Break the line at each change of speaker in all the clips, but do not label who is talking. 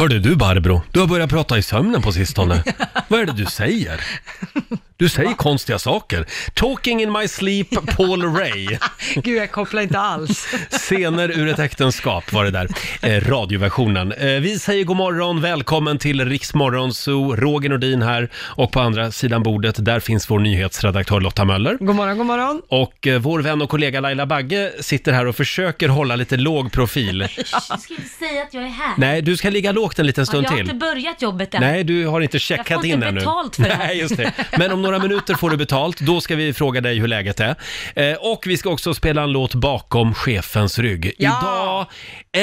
Hörde du Barbro, du har börjat prata i sömnen på sistone. Vad är det du säger? Du säger konstiga saker. Talking in my sleep, Paul Ray.
Gud, jag kopplar inte alls.
Scener ur ett äktenskap var det där, eh, radioversionen. Eh, vi säger god morgon, välkommen till Riksmorgon Zoo. Roger Nordin här och på andra sidan bordet, där finns vår nyhetsredaktör Lotta Möller.
God morgon, god morgon.
Och eh, vår vän och kollega Laila Bagge sitter här och försöker hålla lite låg profil.
Du ska inte säga att jag är här.
Nej, du ska ligga lågt en liten stund
jag har
till.
inte börjat jobbet än.
Nej, du har inte
Jag
checkat
får
in
inte
ännu.
betalt för det här.
Nej, just det. Men om några minuter får du betalt. Då ska vi fråga dig hur läget är. Eh, och vi ska också spela en låt bakom chefens rygg.
Ja.
Idag,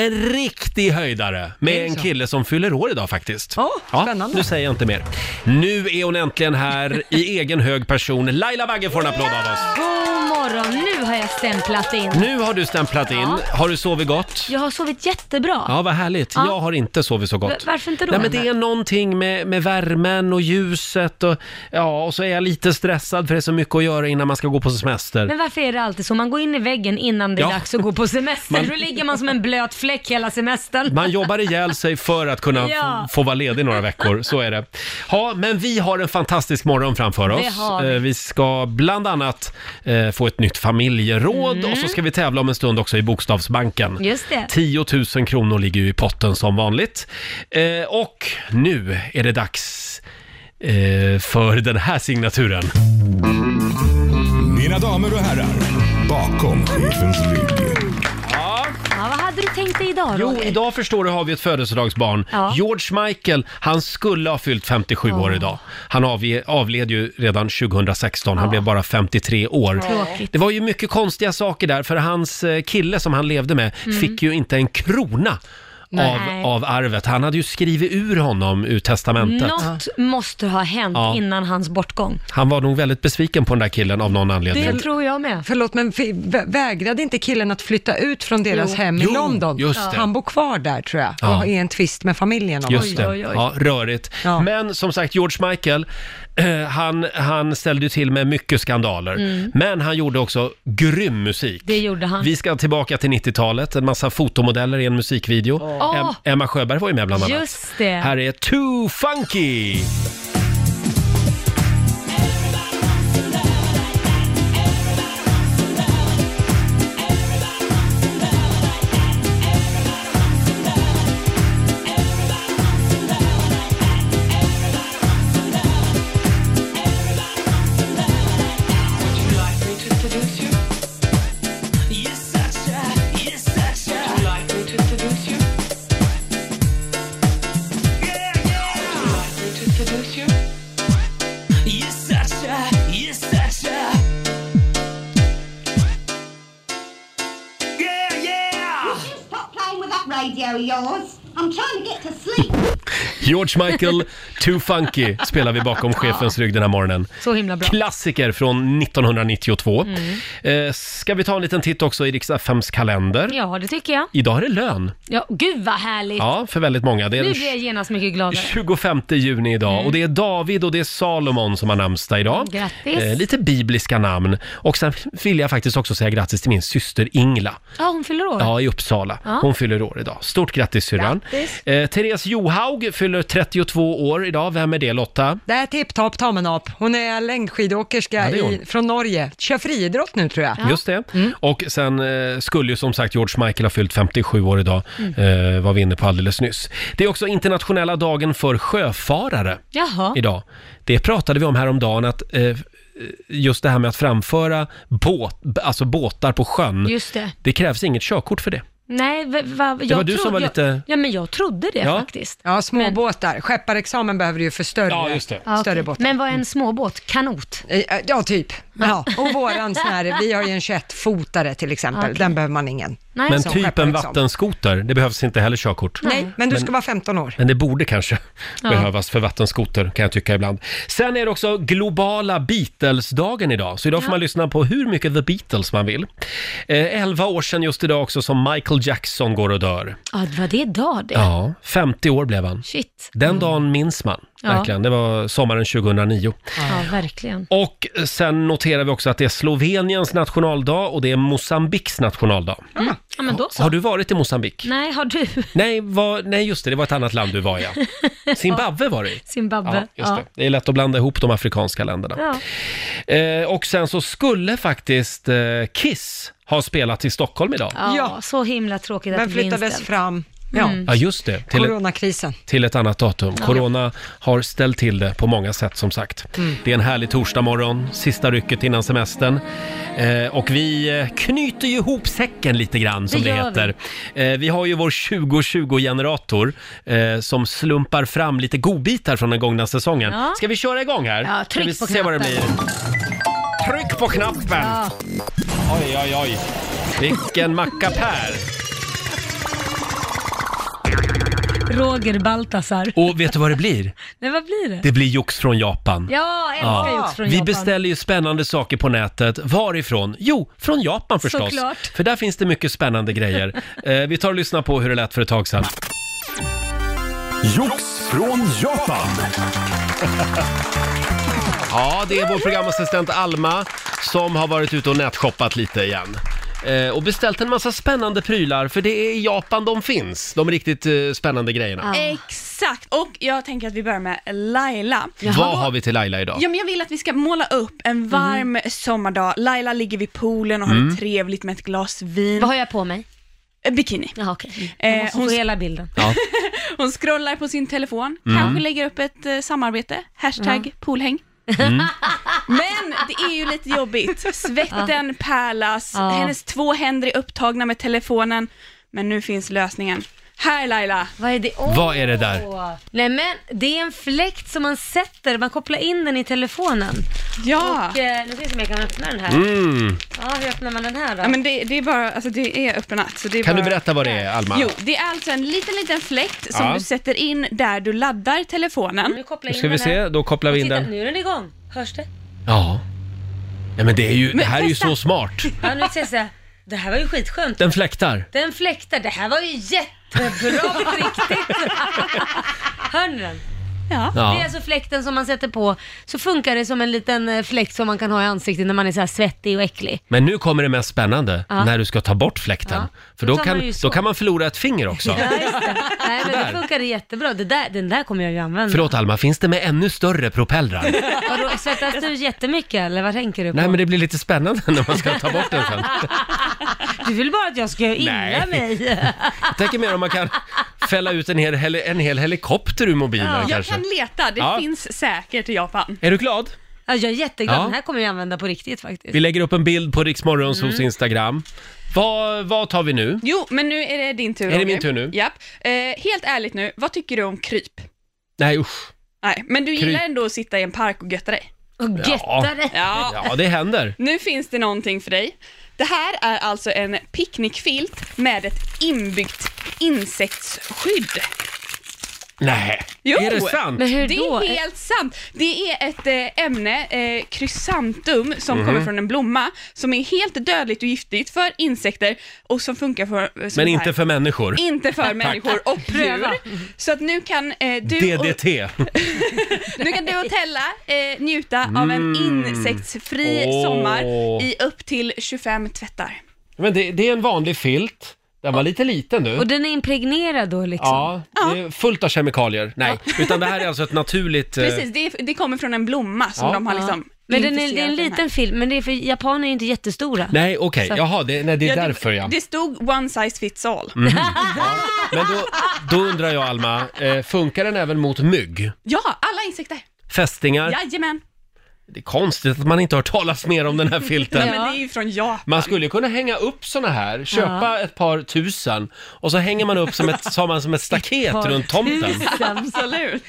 en riktig höjdare med
Är det
en
så?
kille som fyller år idag faktiskt.
Åh, spännande.
nu säger jag inte mer. Nu är hon äntligen här i egen hög person. Laila Bagge får en applåd av oss.
God morgon, nu har jag stämplat in.
Nu har du stämplat in.
Ja.
Har du sovit gott?
Jag har sovit jättebra.
Ja, vad härligt.
Ja.
Jag har inte sovit så
V-
gott.
varför inte då,
Nej, men det
Anna?
är någonting med, med värmen och ljuset och, ja, och så är jag lite stressad för det är så mycket att göra innan man ska gå på semester.
Men varför är det alltid så? Man går in i väggen innan det är
Ja.
dags att gå på semester.
Man-
Då ligger man som en blöt fläck hela semestern.
Man jobbar ihjäl sig för att kunna
Ja.
f- få vara ledig några veckor, så är det. Ja, men vi har en fantastisk morgon framför oss.
har vi.
Eh, Vi ska bland annat eh, få ett nytt familjeråd och så ska vi tävla om en stund också i Bokstavsbanken.
Mm. Just det.
10 000 kronor ligger ju i potten som vanligt. Eh, och nu är det dags eh, för den här signaturen.
Mina damer och herrar, bakom chefens rygg.
Ja, vad hade du tänkt dig idag
Jo,
Roger?
idag förstår du har vi ett födelsedagsbarn.
Ja.
George Michael, han skulle ha fyllt 57 år idag. Han avge, avled ju redan 2016, han blev bara 53 år.
Tråkigt.
Det var ju mycket konstiga saker där, för hans eh, kille som han levde med fick ju inte en krona
Mm. Nej.
av, av arvet. Han hade ju skrivit ur honom ur testamentet.
Något måste ha hänt
Ja.
innan hans bortgång.
Han var nog väldigt besviken på den där killen av någon anledning.
Det tror jag med.
Förlåt, men fi- vä- vägrade inte killen att flytta ut från deras
Jo.
hem i
Jo,
London?
just det.
Han bor kvar där tror jag,
Ja.
och är i en tvist med familjen om
Just
Oj,
det.
oj, oj.
Ja, rörigt.
Ja.
Men som sagt, George Michael, eh, han, han ställde ju till med mycket skandaler. Men han gjorde också grym musik.
Mm. Det gjorde han.
Vi ska tillbaka till 90-talet, en massa fotomodeller i en musikvideo.
Åh.
Em- Emma Sjöberg var ju med bland annat.
Just det.
Här är Too Funky!
Stop playing with that radio of yours. I'm trying to get to sleep.
George Michael, Too Funky spelar vi bakom chefens rygg den här morgonen.
Så himla bra. Mm.
Klassiker från 1992. Eh, ska vi ta en liten titt också i Rix FMs kalender?
Ja, det tycker jag.
Idag är det lön.
Ja, gud vad härligt.
Ja, för väldigt många. Det
Nu
är den
blir Mm. jag genast mycket gladare.
25 juni idag och det är David och det är Salomon som har namnsdag idag. Eh,
Grattis.
lite bibliska namn. Och sen vill jag faktiskt också säga grattis till min syster Ingla.
Ja, hon fyller år.
Ja, i Uppsala.
Ja.
Hon fyller år idag. Stort grattis syrran.
Grattis.
Eh, Therese Johaug fyller 32 år idag. Vem är det Lotta?
Det är tipptopp Tamenap. Hon är längdskidåkerska
Ja, det är hon.
i, från Norge. Kör friidrott nu tror jag.
Just det.
Mm.
Och sen eh, skulle ju som sagt George Michael ha fyllt 57 år idag,
Mm.
eh, var vi inne på alldeles nyss. Det är också internationella dagen för sjöfarare.
Jaha.
idag. Det pratade vi om häromdagen, att eh, just det här med att framföra båt, alltså båtar på sjön.
Just det.
Det krävs inget körkort för det.
Nej, va, va, jag
Mm. var du som
trodde-
var lite-
Jag, ja, men jag trodde det
Ja.
faktiskt.
Ja, småbåtar. Skepparexamen behöver du ju för större,
Ja, just det.
Ja, okej.
större båtar.
Men vad är en småbåt? Kanot?
Eh, eh, Ja, typ. Ja. Och våran sån här, vi har ju en 21-fotare till exempel,
Okej.
den behöver man ingen.
Nej, alltså,
Men
så.
typ en
skepparexamen.
vattenskoter, det behövs inte heller körkort.
liksom. Nej, men du ska vara 15 år.
Men det borde kanske
Ja.
behövas för vattenskoter, kan jag tycka ibland. Sen är det också globala Beatles-dagen idag, så idag får man lyssna på hur mycket The Beatles man vill. Eh, 11 år sedan just idag också som Michael Jackson går och dör.
Ja, det var det idag det.
Ja, 50 år blev han.
Shit.
Den dagen minns man.
Mm. Ja.
verkligen. Det var sommaren 2009.
Ja, verkligen.
Och sen noterar vi också att det är Sloveniens nationaldag och det är Mosambiks nationaldag.
Mm. Ja, men då så.
Har du varit i Mosambik?
Nej, har du?
Nej, var, nej, just det, det var ett annat land du var ja. Zimbabwe var det i. Ja,
Zimbabwe.
just det. Det är lätt att blanda ihop de afrikanska länderna.
Ja.
Eh, och sen så skulle faktiskt eh, Kiss ha spelat i Stockholm idag.
Ja.
Ja.
så himla tråkigt att
Den
det blir
flyttades
inställt. Mm.
fram. Ja.
Ja, just det. Till, ett-
Coronakrisen.
till ett annat datum. Corona har ställt till det på många sätt som sagt.
Mm.
Det är en härlig torsdagmorgon, sista rycket innan semestern. Eh, och vi eh, knyter ju ihop säcken lite grann som
Det
det,
gör
heter. Eh, vi har ju vår 2020-generator eh, som slumpar fram lite godbitar från den gångna säsongen.
Ja.
Ska vi köra igång här?
Ja,
Ska
tryck
vi
på
se vad det blir.
knappen.
Tryck på knappen!
Ja.
Oj, oj, oj. Vilken macka Per!
Roger Baltasar.
Och vet du vad det blir?
Nej, vad blir det?
Det blir jox från Japan.
Ja, älskar
Ja.
ja. från
Vi
Japan.
beställer ju spännande saker på nätet. Varifrån? Jo, från Japan förstås.
Såklart.
För där finns det mycket spännande grejer. Eh, vi tar och lyssnar på hur det lät för ett tag sedan.
Jox från Japan.
Ja, det är vår programassistent Alma som har varit ute och nätshoppat lite igen. Eh, och beställt en massa spännande prylar, för det är i Japan de finns, de riktigt eh, spännande grejerna.
Exakt, och jag tänker att vi börjar med Laila.
Vad har vi till Laila idag? Mhm.
Ja, men jag vill att vi ska måla upp en varm sommardag. Laila ligger vid poolen och har
Mm.
det trevligt med ett glas vin.
Vad har jag på mig?
Eh, Bikini.
Jaha, okej.
Eh,
Jag måste
hon-
få hela bilden.
Ja. Mm.
Hon scrollar på sin telefon, kanske lägger upp ett eh, samarbete, hashtag poolhäng.
Mm.
Men det är ju lite jobbigt. Svetten pärlas,
Ja.
hennes två händer är upptagna med telefonen. Men nu finns lösningen. Här Laila!
Vad är det? Åh!
Vad är det där?
Nej men, det är en fläkt som man sätter, man kopplar in den i telefonen.
Ja!
Och, eh, nu ska vi se om jag kan öppna den här.
Mm.
Ja, hur öppnar man den här då?
Ja, men det, det är bara, alltså det är öppen natt. Så det är
Kan du
bara...
berätta vad det är, Alma?
Jo, det är alltså en liten, liten fläkt som
Ja.
du sätter in där du laddar telefonen.
nu kopplar
Nu
jag
ska
in
vi
den här.
se, då kopplar vi in
Titta,
den.
nu är den igång. Hörs det?
Ja. Nej men det, är ju, det här är ju så smart.
Ja, nu ser jag så här. Det här var ju skitskönt.
Den fläktar.
Den fläktar. Det här var ju jättebra på riktigt. Hör ni den?
Ja.
Det är alltså fläkten som man sätter på, så funkar det som en liten eh, fläkt som man kan ha i ansiktet när man är så här svettig och äcklig.
Men nu kommer det mest spännande, när du ska ta bort fläkten.
Ja.
För
Då
då
tar man
kan,
ju så.
då kan man förlora ett finger också.
Ja, just det. Nej, men
Sådär.
det funkar jättebra. Det där, den där kommer jag ju använda.
Förlåt Alma, finns det med ännu större propellrar?
Vadå, svettas du jättemycket eller vad tänker du på?
Nej men det blir lite spännande när man ska ta bort den sen.
Du vill bara att jag ska göra
Nej.
illa mig.
Jag tänker mer om man kan fälla ut en hel, heli- en hel helikopter ur mobilen
Jag
kanske.
kan leta, det
Ja.
finns säkert i Japan.
Är du glad?
Ja, jag är jätteglad,
Ja.
den här kommer jag använda på riktigt faktiskt.
Vi lägger upp en bild på Riksmorgons
Mm.
hos Instagram. Vad, vad tar vi nu?
Jo, men nu är det din tur.
Är det
Roger.
min tur nu?
Japp. Eh, helt ärligt nu, vad tycker du om kryp?
Nej usch.
Nej, men du
Kryp.
gillar ändå att sitta i en park och götta dig?
Och
Ja.
götta dig.
Ja.
Ja, det händer.
Nu finns det någonting för dig. Det här är alltså en picknickfilt med ett inbyggt insektsskydd.
Nej.
Jo.
Är det sant?
Men hur
Det
då?
är helt sant. Det är ett eh, ämne, eh, krysantum, som
Mhm.
kommer från en blomma, som är helt dödligt och giftigt för insekter och som funkar för... eh, Som
Men
det här.
inte för människor.
Inte för människor och djur.
Pröva.
Så att nu kan, eh, du, och,
DDT.
nu kan du och Tella eh, njuta av en insektsfri
Mm. Åh.
sommar i upp till 25 tvättar.
Men det, det är en vanlig filt. Den var lite liten nu.
Och den är impregnerad då liksom?
Ja, det är fullt av kemikalier. Nej, utan det här är alltså ett naturligt... eh,
Precis, det, det kommer från en blomma som
Ja.
de har
Ja.
liksom
Men den är, det är
infuserat
en
i den här.
liten film, men det är för japaner är ju inte jättestora.
Nej, okej.
Så-
Jaha, det, nej, det är
Ja,
därför ja. Mhm.
Det stod one size fits all.
Men då, då undrar jag, Alma, eh, funkar den även mot mygg?
Ja, alla insekter.
Fästingar?
Jajamän.
Det är konstigt att man inte har hört talas mer om den här filten.
Nej, men det är ju från Japan.
Man skulle ju kunna hänga upp såna här, köpa ett par tusen och så hänger man upp som ett, så har man som ett staket
par
runt tomten.
tusen.
Absolut.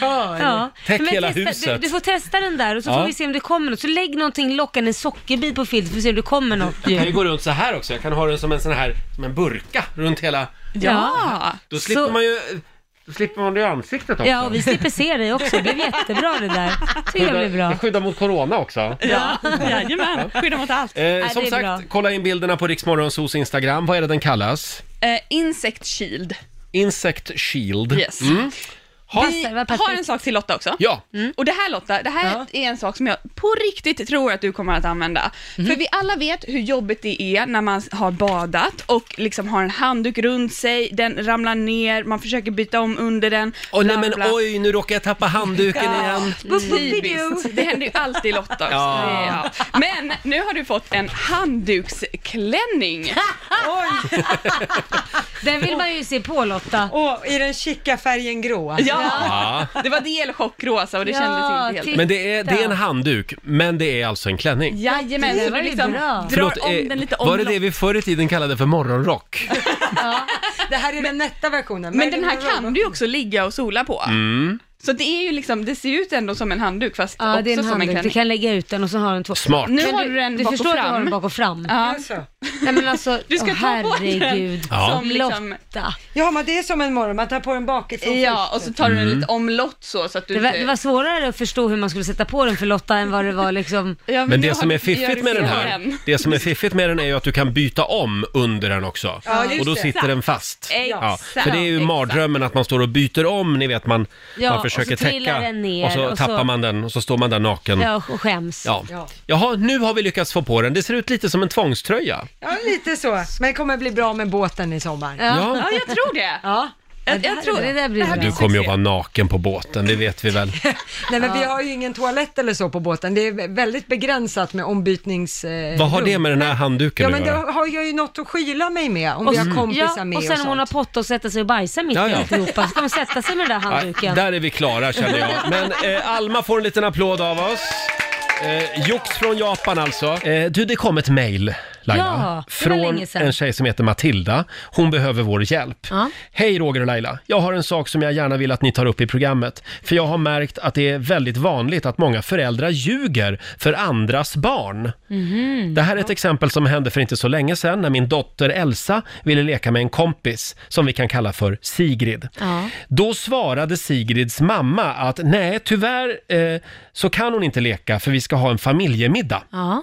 Ja.
Täck
Men
hela
testa,
huset.
Du, du får testa den där och så
Ja.
får vi se om det kommer något. Så lägg någonting lockande, en sockerbit på filten för att se om det kommer något
Jag kan ju
djur.
gå runt så här också, jag kan ha den som en sån här, som en burka runt hela...
Ja.
Då slipper
Så-
man ju... Då slipper man det i ansiktet också.
Ja, och vi slipper se dig också. Det blev jättebra det där. Tycker jag blev bra.
skyddar mot corona också.
Ja, jajamän. Skydda mot allt.
Eh,
det
som
är
sagt,
bra.
kolla in bilderna på Riksmorgonsos Instagram. Vad är det den kallas?
Eh, insect shield.
Insect Shield. Mm.
Yes.
Ha.
Vi
Passar, vad
har
perfekt.
en sak till Lotta också.
Ja.
Mm. Och det här Lotta, det här
Ja.
är en sak som jag på riktigt tror att du kommer att använda.
Mhm.
För vi alla vet hur jobbigt det är när man har badat och liksom har en handduk runt sig, den ramlar ner, man försöker byta om under den.
Åh nej
bla,
men
bla.
oj, nu råkar jag tappa handduken igen.
Typiskt. Alltså, Det händer ju alltid Lotta också.
Ja.
Ja. Men nu har du fått en handduksklänning.
Oj,
Den vill man ju se på Lotta.
och i den chicka färgen grå.
Ja,
Ja.
det var delchockrosa och det
Ja,
kändes inte helt
till-
rätt.
Men det är, det är en handduk, men det är alltså en klänning.
Jajamän,
Det
så
var
du
ju
liksom
bra.
drar om
eh,
den lite
var det det
omlopp.
vi förr i tiden kallade för morgonrock?
Det här är den nätta versionen.
Men den här kan du ju också ligga och sola på.
Mm.
Så det är ju liksom, det ser ut ändå som en handduk fast
Ja,
också
det är en
som en
handduk. Du
klänning.
kan lägga ut den och så har den två.
Smart.
Nu
Men
har du den
du
bak och
förstår att du har
fram.
den bak och fram.
Ja.
Alltså.
Nej men alltså,
Du ska
åh,
ta bort den.
herregud.
Ja.
Som liksom,
Lotta.
Ja, men det är som en morgon, man tar på den bakifrån
ja, och
först.
så tar du
Mm.
den lite omlott så, så att du
Det var,
inte-
det var svårare att förstå hur man skulle sätta på den för Lotta än vad det var liksom.
Ja,
Men
nu
det
har
som
du-
är
gör du
fiffigt med den här,
fel.
det som är fiffigt med den är ju att du kan byta om under den också.
Ja, just
Och då
det.
sitter den fast. Ja,
Exakt.
för det är ju
Exakt.
mardrömmen att man står och byter om, ni vet man,
Ja,
man
och så
försöker
trillar
täcka
den ner
och så
och så-
tappar man den och så står man där naken. Ja.
Ja, och skäms.
Ja.
Jaha, nu har vi lyckats få på den. Det ser ut lite som en tvångströja.
Ja, lite så. Men kommer bli bra med båten i sommar.
Ja.
Ja, jag tror det.
Ja.
Jag, jag tror
Det där blir bra.
Du kommer ju att vara naken på båten, det vet vi väl.
Nej men vi har ju ingen toalett eller så på båten. Det är väldigt begränsat med ombytnings... eh,
Vad har det
rum.
med den här handduken
Ja
att
men då
göra?
har jag ju något att skyla mig med om
Och,
vi har kompisar
ja,
med
och sen om hon har
sånt.
potta och sätter sig och bajsar mitt
Ja,
i
ja.
alltihopa så kan hon sätta sig med den där
Nej,
handduken.
där är vi klara känner jag. Men eh, Alma får en liten applåd av oss. Eh, Jox från Japan alltså. Eh, du, det kom ett mejl Laila.
Ja, det var
från
länge sedan.
en tjej som heter Matilda. Hon behöver vår hjälp.
Ja.
Hej Roger och Laila. Jag har en sak som jag gärna vill att ni tar upp i programmet. För jag har märkt att det är väldigt vanligt att många föräldrar ljuger för andras barn.
Mhm.
Det här är ett exempel som hände för inte så länge sedan när min dotter Elsa ville leka med en kompis som vi kan kalla för Sigrid.
Ja.
Då svarade Sigrids mamma att nej, tyvärr eh, så kan hon inte leka för vi ska ha en familjemiddag.
Ja.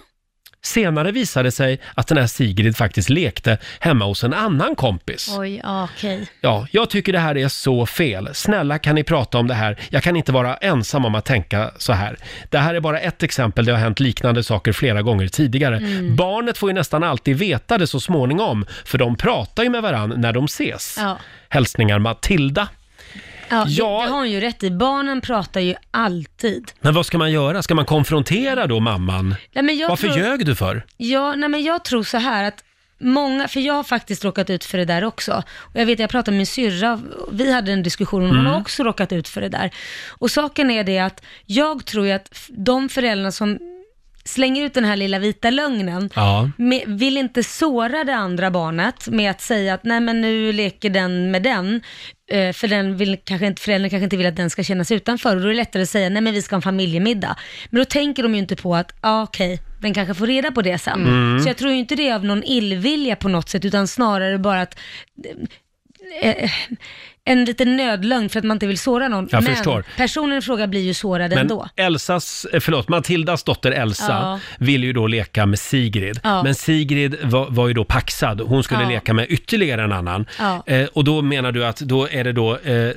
Senare visade det sig att den här Sigrid faktiskt lekte hemma hos en annan kompis.
Oj, ja, okej.
Ja, jag tycker det här är så fel. Snälla kan ni prata om det här? Jag kan inte vara ensam om att tänka så här. Det här är bara ett exempel, det har hänt liknande saker flera gånger tidigare.
Mm.
Barnet får ju nästan alltid veta det så småningom, för de pratar ju med varann när de ses.
Ja.
Hälsningar Matilda.
Ja,
Ja.
Det, det har hon ju rätt i. Barnen pratar ju alltid.
Men vad ska man göra? Ska man konfrontera då mamman?
Nej, men jag
Varför
tror,
ljög du för?
Ja, nej, men jag tror så här att Många, för jag har faktiskt råkat ut för det där också. Och jag vet, jag pratade med min syrra, vi hade en diskussion, och hon
Mm.
har också råkat ut för det där. Och saken är det att jag tror ju att f- de föräldrar som slänger ut den här lilla vita lögnen,
Ja.
med, vill inte såra det andra barnet med att säga att nej men nu leker den med den, eh, för den vill kanske inte, föräldern kanske inte vill att den ska känna sig utanför och då är det lättare att säga nej men vi ska ha en familjemiddag. Men då tänker de ju inte på att, ja okej, den kanske får reda på det sen.
Mm.
Så jag tror ju inte det är av någon illvilja på något sätt utan snarare bara att eh, en liten nödlögn för att man inte vill såra någon.
Jag
men
förstår.
personen i fråga blir ju sårad ändå.
Elsas, eh, förlåt, Matildas dotter Elsa
Ja.
ville ju då leka med Sigrid.
Ja.
Men Sigrid var, var ju då paxad. Hon skulle
Ja.
leka med ytterligare en annan.
Ja.
Eh, och då menar du att då är det då eh,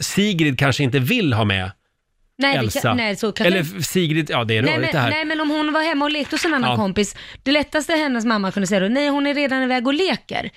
Sigrid kanske inte vill ha med
Nej, det
Elsa.
kan, nej, så kanske
Eller Sigrid, ja det är
Nej
rörigt det
men,
här.
nej men om hon var hemma och lekte hos en annan
Ja.
kompis, det lättaste hennes mamma kunde säga då, nej hon är redan iväg och leker.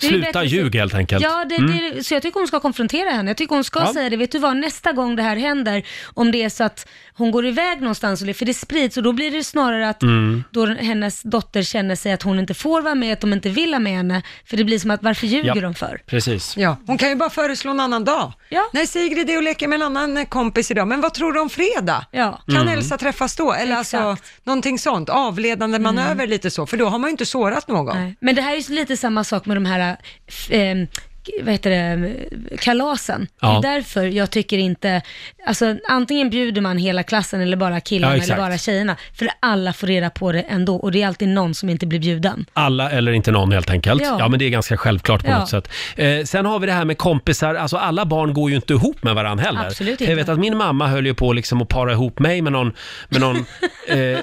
Det är ju bättre
Sluta
att-
ljug helt enkelt. Mm.
Ja, det, det, så jag tycker hon ska konfrontera henne. Jag tycker hon ska
Ja.
säga det, vet du vad, nästa gång det här händer, om det är så att hon går iväg någonstans, och le- för det sprids och då blir det snarare att
Mm.
då den- hennes dotter känner sig att hon inte får vara med, att de inte vill ha med henne, för det blir som att varför ljuger
Ja.
de för?
Precis.
Ja, hon kan ju bara föreslå en annan dag.
Ja.
Nej, Sigrid är och leker med en annan eh, kompis idag, men vad tror du om fredag?
Ja.
Kan Elsa träffas då? Eller alltså någonting sånt, avledande manöver lite så, för då har man ju inte sårat någon.
Mm. Nej. Men det här är ju lite samma sak med de här, f- ehm, k- vad heter det, kalasen.
Ja.
Det är därför jag tycker inte, alltså antingen bjuder man hela klassen eller bara killarna
Ja,
eller
exakt.
bara tjejerna. För alla får reda på det ändå och det är alltid någon som inte blir bjuden.
Alla eller inte någon helt enkelt. Ja,
Ja.
men det är ganska självklart på
Ja.
något sätt. Eh, sen har vi det här med kompisar, alltså alla barn går ju inte ihop med varandra heller.
Absolut
Jag
inte.
vet att min mamma höll ju på liksom att para ihop mig med någon, med någon, eh, eh,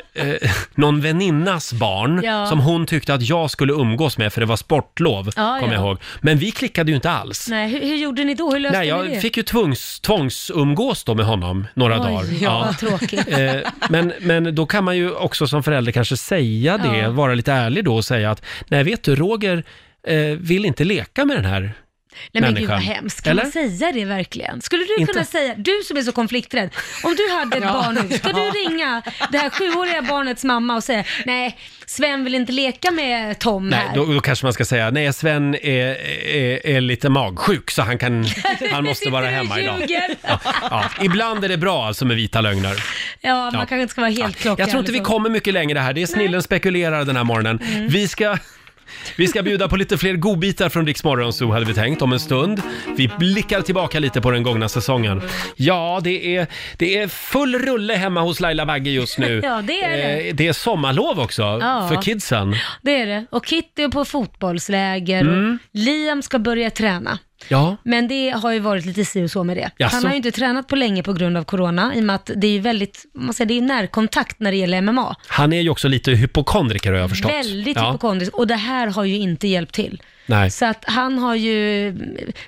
någon väninnas barn
Ja.
som hon tyckte att jag skulle umgås med för det var sportlov,
Ja, ja.
kommer jag ihåg. Men vi klickade funkade ju inte alls.
Nej, hur, hur gjorde ni då? Hur löste
Nej,
ni det?
jag fick ju tvångs, tvångsumgås då med honom några
Oj,
dagar.
ja, vad tråkigt.
Eh, men, men då kan man ju också som förälder kanske säga det,
Ja.
vara lite ärlig då och säga att nej vet du, Roger eh, vill inte leka med den här.
Nej men gud vad
människan.
hemskt. Kan man
Eller?
säga det verkligen? Skulle du
Inte.
kunna säga, du som är så konflikträdd, om du hade ett barn nu, ska du ringa det här sjuåriga barnets mamma och säga, nej Sven vill inte leka med Tom
Nej,
här.
då, då kanske man ska säga, nej Sven är, är, är lite magsjuk så han, kan, han måste
Sitter
vara
du och
hemma idag.
ljuger?
Ja, ja. Ibland är det bra alltså med vita lögner.
Ja, man
Ja.
kanske inte ska vara helt klockan. liksom.
Jag tror inte vi kommer mycket längre här. Det är snillen spekulerar den här morgonen.
Mm.
Vi ska... Vi ska bjuda på lite fler godbitar från Rix Morgon Zoo hade vi tänkt om en stund. Vi blickar tillbaka lite på den gångna säsongen. Ja, det är, det är full rulle hemma hos Laila Bagge just nu.
Ja, det är det.
Eh, Det är sommarlov också
Ja.
för kidsen.
Det är det. Och Kitty är på fotbollsläger och
Mm.
Liam ska börja träna.
Ja.
Men det har ju varit lite si och så med det.
Jaså?
Han har ju inte tränat på länge på grund av corona, i och med att det är ju väldigt, man säger, det är ju närkontakt när det gäller MMA.
Han är ju också lite hypokondriker har jag förstått.
Väldigt
Ja.
hypokondrisk och det här har ju inte hjälpt till.
Nej.
Så att han har ju,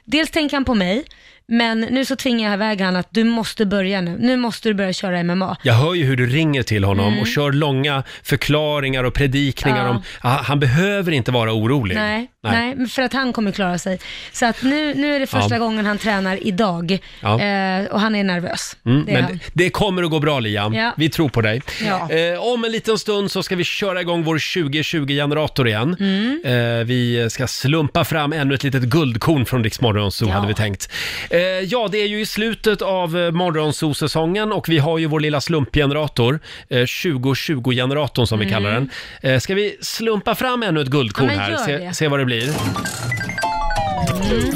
dels tänker han på mig, men nu så tvingar jag iväg han att du måste börja nu, nu måste du börja köra MMA.
Jag hör ju hur du ringer till honom och kör långa förklaringar och predikningar
Mm. Ja.
om ah, han behöver inte vara orolig.
Nej, nej. men för att han kommer klara sig. Så att nu, nu är det första
Ja.
gången han tränar idag
Ja.
eh, och han är nervös.
Mm,
det är
men
han.
det kommer att gå bra Liam,
Ja.
vi tror på dig.
Ja.
Eh, om en liten stund så ska vi köra igång vår 2020-generator igen.
Mm.
Eh, vi ska slumpa fram ännu ett litet guldkorn från Rix Morgonzoo
Ja.
hade vi tänkt. Eh, ja, det är ju i slutet av eh, Morgonzoo-säsongen och vi har ju vår lilla slumpgenerator, eh, 2020-generatorn som vi kallar den. Eh, ska vi slumpa fram ännu ett guldkorn
Mm. Ja, men
här,
gör
se,
det. Mm.
se vad det blir?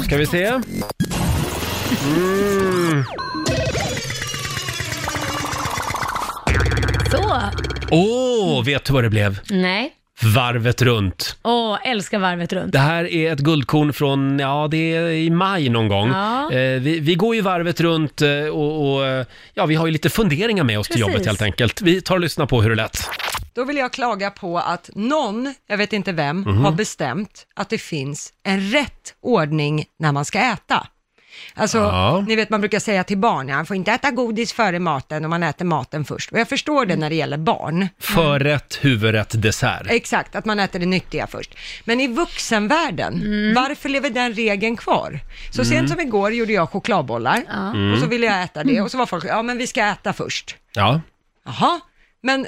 Ska vi se?
Mm. Så!
Åh, vet du vad det blev?
Nej.
Varvet runt.
Åh, älskar varvet runt.
Det här är ett guldkorn från, ja det är i maj någon gång.
Ja.
Eh, vi, vi går ju varvet runt eh, och, och eh, ja, vi har ju lite funderingar med oss till
Precis.
jobbet helt enkelt. Vi tar och lyssnar på hur det lät.
Då vill jag klaga på att någon, jag vet inte vem, har bestämt att det finns en rätt ordning när man ska äta. Alltså,
Ja.
ni vet man brukar säga till barn, ja, man får inte äta godis före maten och man äter maten först. Och jag förstår det när det gäller barn.
Förrätt, huvudrätt, dessert.
Exakt, att man äter det nyttiga först. Men i vuxenvärlden,
Mm.
varför lever den regeln kvar? Så
Mm.
sent som igår gjorde jag chokladbollar och så ville jag äta
Mm.
det och så var folk, ja men vi ska äta först.
Ja.
Jaha, men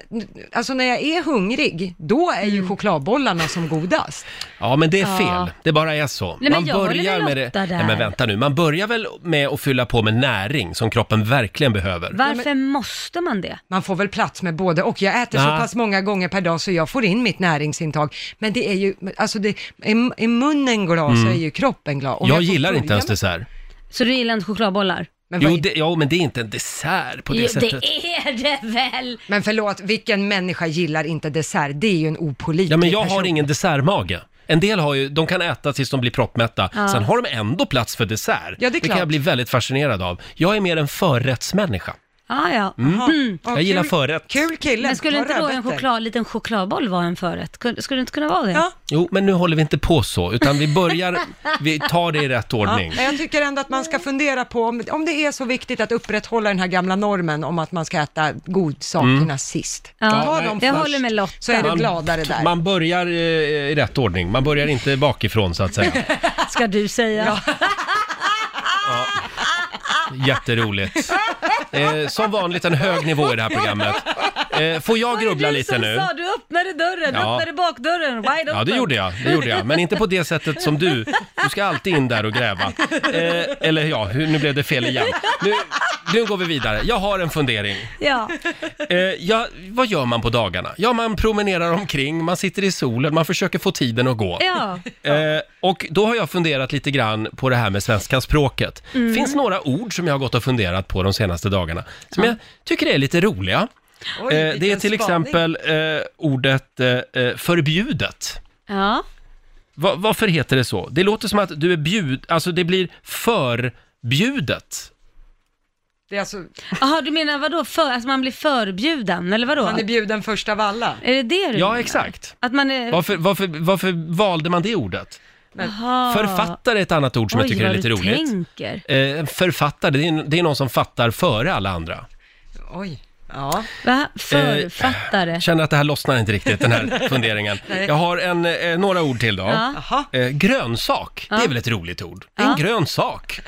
alltså när jag är hungrig, då är
Mm.
ju chokladbollarna som godast.
ja, men det är fel.
Ja.
Det bara är så.
men jag håller med
med det.
Lotta där.
Nej, men vänta nu. Man börjar väl med att fylla på med näring som kroppen verkligen behöver.
Varför måste man det?
Man får väl plats med både och. Jag äter så
Ja.
pass många gånger per dag så jag får in mitt näringsintag. Men det är ju, alltså det, är, är munnen glad så är ju kroppen glad. Om
Mm. Jag
får
gillar
börja
inte ens
med-
dessert.
Så du gillar inte chokladbollar?
Men, vad
Jo,
är-
det, ja, men det är inte en dessert på det
Jo,
sättet.
det är det väl!
men förlåt, vilken människa gillar inte dessert? Det är ju en opålitlig
Ja, men jag
person.
har ingen dessertmage. En del har ju, de kan äta tills de blir proppmätta, sen har de ändå plats för dessert.
det är
kan
klart.
jag bli väldigt fascinerad av. Jag är mer en förrättsmänniska.
Ah, ja.
Jaha. Ja,
Mm. Jag gillar
Mm, kul-
förrätt.
Kul kille.
Men skulle
Ta
inte då en
rödbetor.
choklad, liten chokladboll vara en förrätt? Kun- Skulle det inte kunna vara det?
Ja.
Jo, men nu håller vi inte på så, utan vi börjar, vi tar det i rätt ordning.
Men jag tycker ändå att man ska fundera på om, om det är så viktigt att upprätthålla den här gamla normen om att man ska äta godsakerna sist.
Ja,
Ta
nej.
dem
Jag
först,
håller med Lotta.
Så är du
Mm. Man-
gladare där.
Man börjar eh, i rätt ordning, man börjar inte bakifrån så att säga.
Ska du säga.
Jätteroligt. Eh, som vanligt en hög nivå i det här programmet. Eh, får jag grubbla lite
Det var ju du
nu?
som sa, du öppnade dörren,
Ja.
du öppnade bakdörren. Wide
Ja, det gjorde jag. Det gjorde jag. Men inte på det sättet som du. Du ska alltid in där och gräva. Eh, eller ja, hur- nu blev det fel igen. Nu, nu går vi vidare. Jag har en fundering.
Ja.
Eh, ja, vad gör man på dagarna? Ja, man promenerar omkring, man sitter i solen, man försöker få tiden att gå.
ja.
Eh, och då har jag funderat lite grann på det här med svenska språket. Det
Mm.
finns några ord som jag har gått och funderat på de senaste dagarna, som jag tycker är lite roliga.
Oj,
eh, det är
vilken
till
spaning.
exempel eh, ordet eh, eh, förbjudet.
ja.
Va, varför heter det så? Det låter som att du är bjud... Alltså det blir förbjudet.
Det är alltså,
Jaha, du menar vadå, för, att man blir förbjuden, eller vadå?
man är bjuden först av alla.
är det det du menar?
Ja, exakt.
Att man är...
Varför, varför, varför valde man det ordet?
Jaha.
Författare är ett annat ord som jag
Ah. Oj,
tycker är
vad
lite
du
roligt.
tänker.
Eh, en författare, det är, det är någon som fattar före alla andra.
Oj. Ja.
Va?
Eh,
Författare?
Känner att det här lossnar inte riktigt, den här funderingen. Jag har en, eh, några ord till då.
Ja.
Jaha.
Eh, grönsak, det är väl ett roligt ord? Det är en grön sak.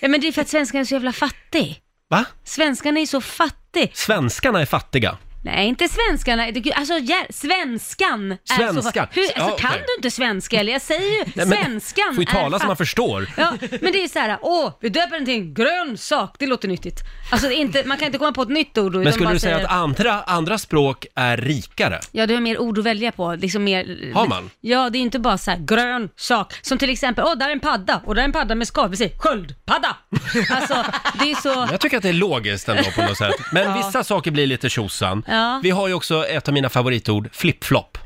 Ja, men det är för att svenskan är så jävla fattig.
Va?
Svenskan är ju så fattig.
Svenskarna är fattiga.
Nej, inte svenskarna. Det- gud, Alltså, ja, svenskan är så
Svenskan.
fattig. Hur, alltså,
Ja,
kan
okej.
du inte svenska? Eller jag säger ju,
Nej, men-
svenskan
Får ju
är
tala så man
fattig.
förstår.
Ja, men det är ju så här, åh, vi döper den till en grön sak, det låter nyttigt. Alltså det är inte, man kan inte komma på ett nytt ord. utan
Men skulle
bara
du säga
säger-
att andra, andra språk är rikare?
Ja, du har mer ord att välja på. Liksom mer,
Har man?
Ja, det är inte bara så här grön sak. Som till exempel, åh, där är en padda och där är en padda med skal. Vi säger sköldpadda. Alltså, det är så...
Jag tycker att det är logiskt ändå på något sätt. Men vissa saker blir lite tjosan.
Ja.
Vi har ju också ett av mina favoritord, flip-flop.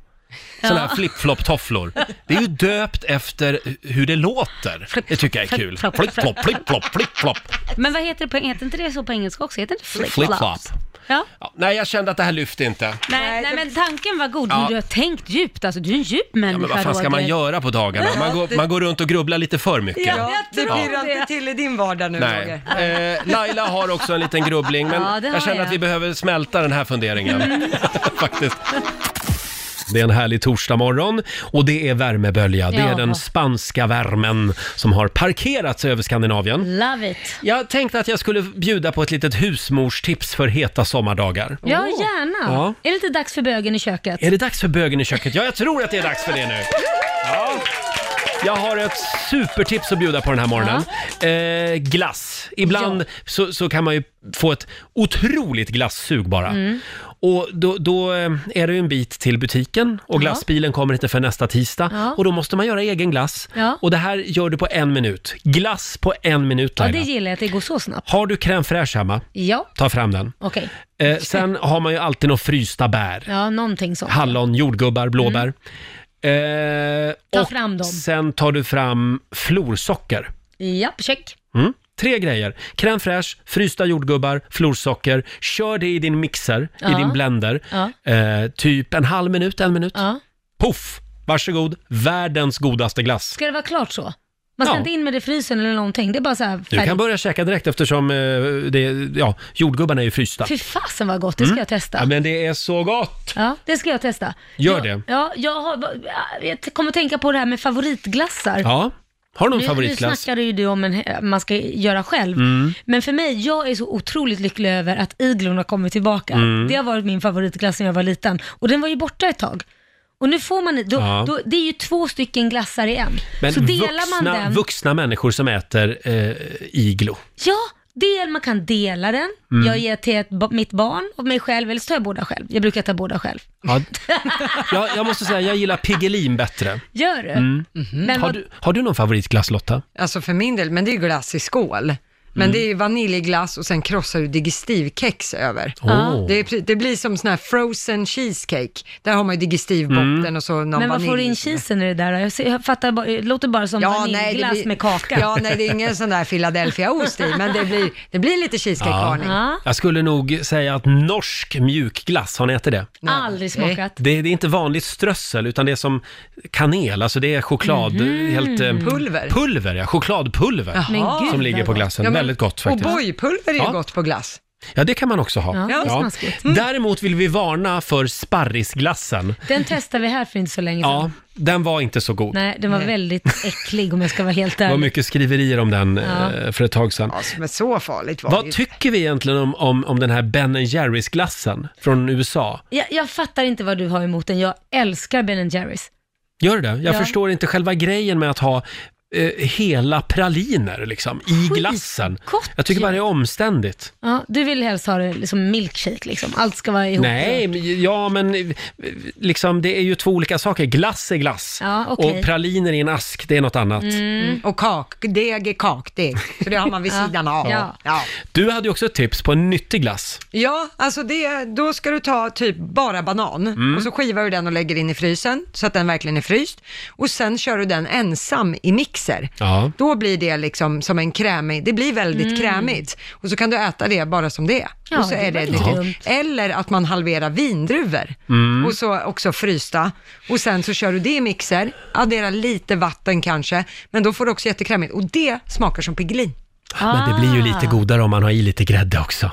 Sådana här flip-flop-tofflor. Det är ju döpt efter hur det låter. Det tycker jag är kul.
flip-flop.
Flip-flop, flip-flop, flip-flop.
Men vad heter det på, heter inte det så på engelska också? Heter det inte flip-flops?
Flip-flop.
Ja.
Ja, nej, jag kände att det här lyfte inte.
Nej, nej, men tanken var god,
Ja.
men du har tänkt djupt. Alltså, du är en djup
Ja,
människa.
men vad fan ska
Roger.
man göra på dagarna? Man går, man går runt och grubblar lite för mycket.
Ja.
Ja,
Jag
det
tror
pirrar
det.
inte till i din vardag nu
Nej.
Roger.
Eh, Laila har också en liten grubbling, men
Ja, det har
jag känner
jag.
att vi behöver smälta den här funderingen. Faktiskt. Det är en härlig torsdagmorgon och det är värmebölja. Det är
Ja.
den spanska värmen som har parkerat sig över Skandinavien.
Love it.
Jag tänkte att jag skulle bjuda på ett litet husmorstips för heta sommardagar.
Ja, gärna.
Ja.
Är det inte dags för bögen i köket?
Är det dags för bögen i köket? Ja, jag tror att det är dags för det nu. Ja. Jag har ett supertips att bjuda på den här morgonen. Eh, glass. Ibland så, så kan man ju få ett otroligt glassug bara.
Mm.
Och då, då eh, är det ju en bit till butiken och glassbilen kommer inte för nästa tisdag.
Ja.
Och då måste man göra egen glass.
Ja.
Och det här gör du på en minut. Glass på en minut
Ja,
Laila.
det gillar jag, att det går så snabbt.
Har du crème fraîche hemma,
Ja,
ta fram den.
okej.
Eh, sen har man ju alltid några frysta bär
Ja, någonting sånt.
hallon, jordgubbar, blåbär. Eh,
Mm. Ta
och
fram dem.
Sen tar du fram florsocker.
Japp, check.
Mm. Tre grejer. Crème fraîche, frysta jordgubbar, florsocker. Kör det i din mixer, i
Ja.
din blender.
Ja.
Eh, typ en halv minut, en minut.
Ja.
Puff! Varsågod, världens godaste glass.
Ska det vara klart så? Man ska
Ja.
inte in med det i frysen eller någonting. Det är bara så här
Du kan
färdigt.
börja käka direkt eftersom eh, det, ja, jordgubbarna är ju frysta. Mm.
Fy fasen vad gott, det ska jag testa.
Ja,
Ja,
men det är så gott!
det ska jag testa.
Gör
jag,
det.
Ja, jag, har, jag kommer tänka på det här med favoritglassar.
Ja. Har du någon
Nu, nu
favoritglass? Mm.
snackade ju du om en he- man ska göra själv, men för mig, jag är så otroligt lycklig över att igloon har kommit tillbaka.
Mm.
Det har varit min favoritglass när jag var liten och den var ju borta ett tag. Och nu får man, då,
Ja.
då, det är ju två stycken glassar i en.
Men
så delar
vuxna,
man den.
vuxna människor som äter eh, iglo.
Ja, del, man kan dela den.
Mm.
Jag ger till ett, ba- mitt barn och mig själv, eller så tar jag båda själv. Jag brukar ta båda själv.
Ja, jag, jag måste säga, jag gillar Piggelin bättre.
Gör du? Mm. Men
Mm. Mhm. Har
vad,
du, har du någon favoritglass Lotta?
Alltså för min del, men det är ju glass i skål. Men det är ju vaniljglass och sen krossar du digestivkex över.
Åh.
Det, är, pre- det blir som sån här frozen cheesecake. Där har man ju digestivbotten och så någon
men vad får du in
vanilj.
cheesen i det där då? Jag, ser, jag fattar bara, det låter bara som vaniljglass
blir-
med kaka.
Ja, nej, det är ingen sån där Philadelphia-ost i, men det blir, det blir lite cheesecake-varning.
Ja.
Jag skulle nog säga att norsk mjukglass, har ni ätit det?
Nej.
Aldrig smakat.
Det, det är inte vanligt strössel, utan det är som kanel, alltså det är choklad, helt... eh,
Pulver.
Pulver, ja. Chokladpulver
Mhm. Men gud,
som ligger
vad
på
gott.
glassen.
Ja, men-
Väldigt gott
Och
faktiskt.
bojpulver är ju
Ja.
gott på glass. Mm.
Ja, det kan man också ha.
Ja, det är smaskigt.
Däremot vill vi varna för sparrisglassen.
Den testade vi här för inte så länge sedan.
Ja, den var inte så god.
Nej, den var väldigt äcklig om jag ska vara helt
Det var
ärlig.
mycket skriverier om den
Ja.
eh, för ett tag sedan.
Alltså, men så farligt var det
Vad
ju.
tycker vi egentligen om, om, om den här Ben Jerrys glassen från USA?
Jag, jag fattar inte vad du har emot den. Jag älskar Ben Jerrys.
Gör du det? Jag
Ja.
förstår inte själva grejen med att ha eh, hela praliner liksom, i glassen.
Skitgott
Jag tycker bara
ju.
det är omständigt.
Ja, du vill helst ha det som milkshake liksom. Allt ska vara ihop.
Nej, men- ja men eh, liksom, det är ju två olika saker. Glass är glass
Ja, okej.
och praliner i en ask, det är något annat.
Mm. Och kakdeg är kakdeg, så det har man vid sidan av.
Ja.
Ja.
Du hade ju också ett tips på en nyttig glass.
Ja, alltså det, då ska du ta typ bara banan och så skivar du den och lägger in i frysen så att den verkligen är fryst. Och sen kör du den ensam i växer,
Ja.
då blir det liksom som en krämig, det blir väldigt krämigt. Och så kan du äta det bara som det är.
Mm. Ja,
och så
det
är
var
det
inte
lite-
dumt.
Eller att man halverar vindruvor
Mm.
och så också frysta. Och sen så kör du det i mixer, adderar lite vatten kanske, men då får du också jättekrämigt. Och det smakar som Piggelin.
Ah.
Men det blir ju lite godare om man har i lite grädde också.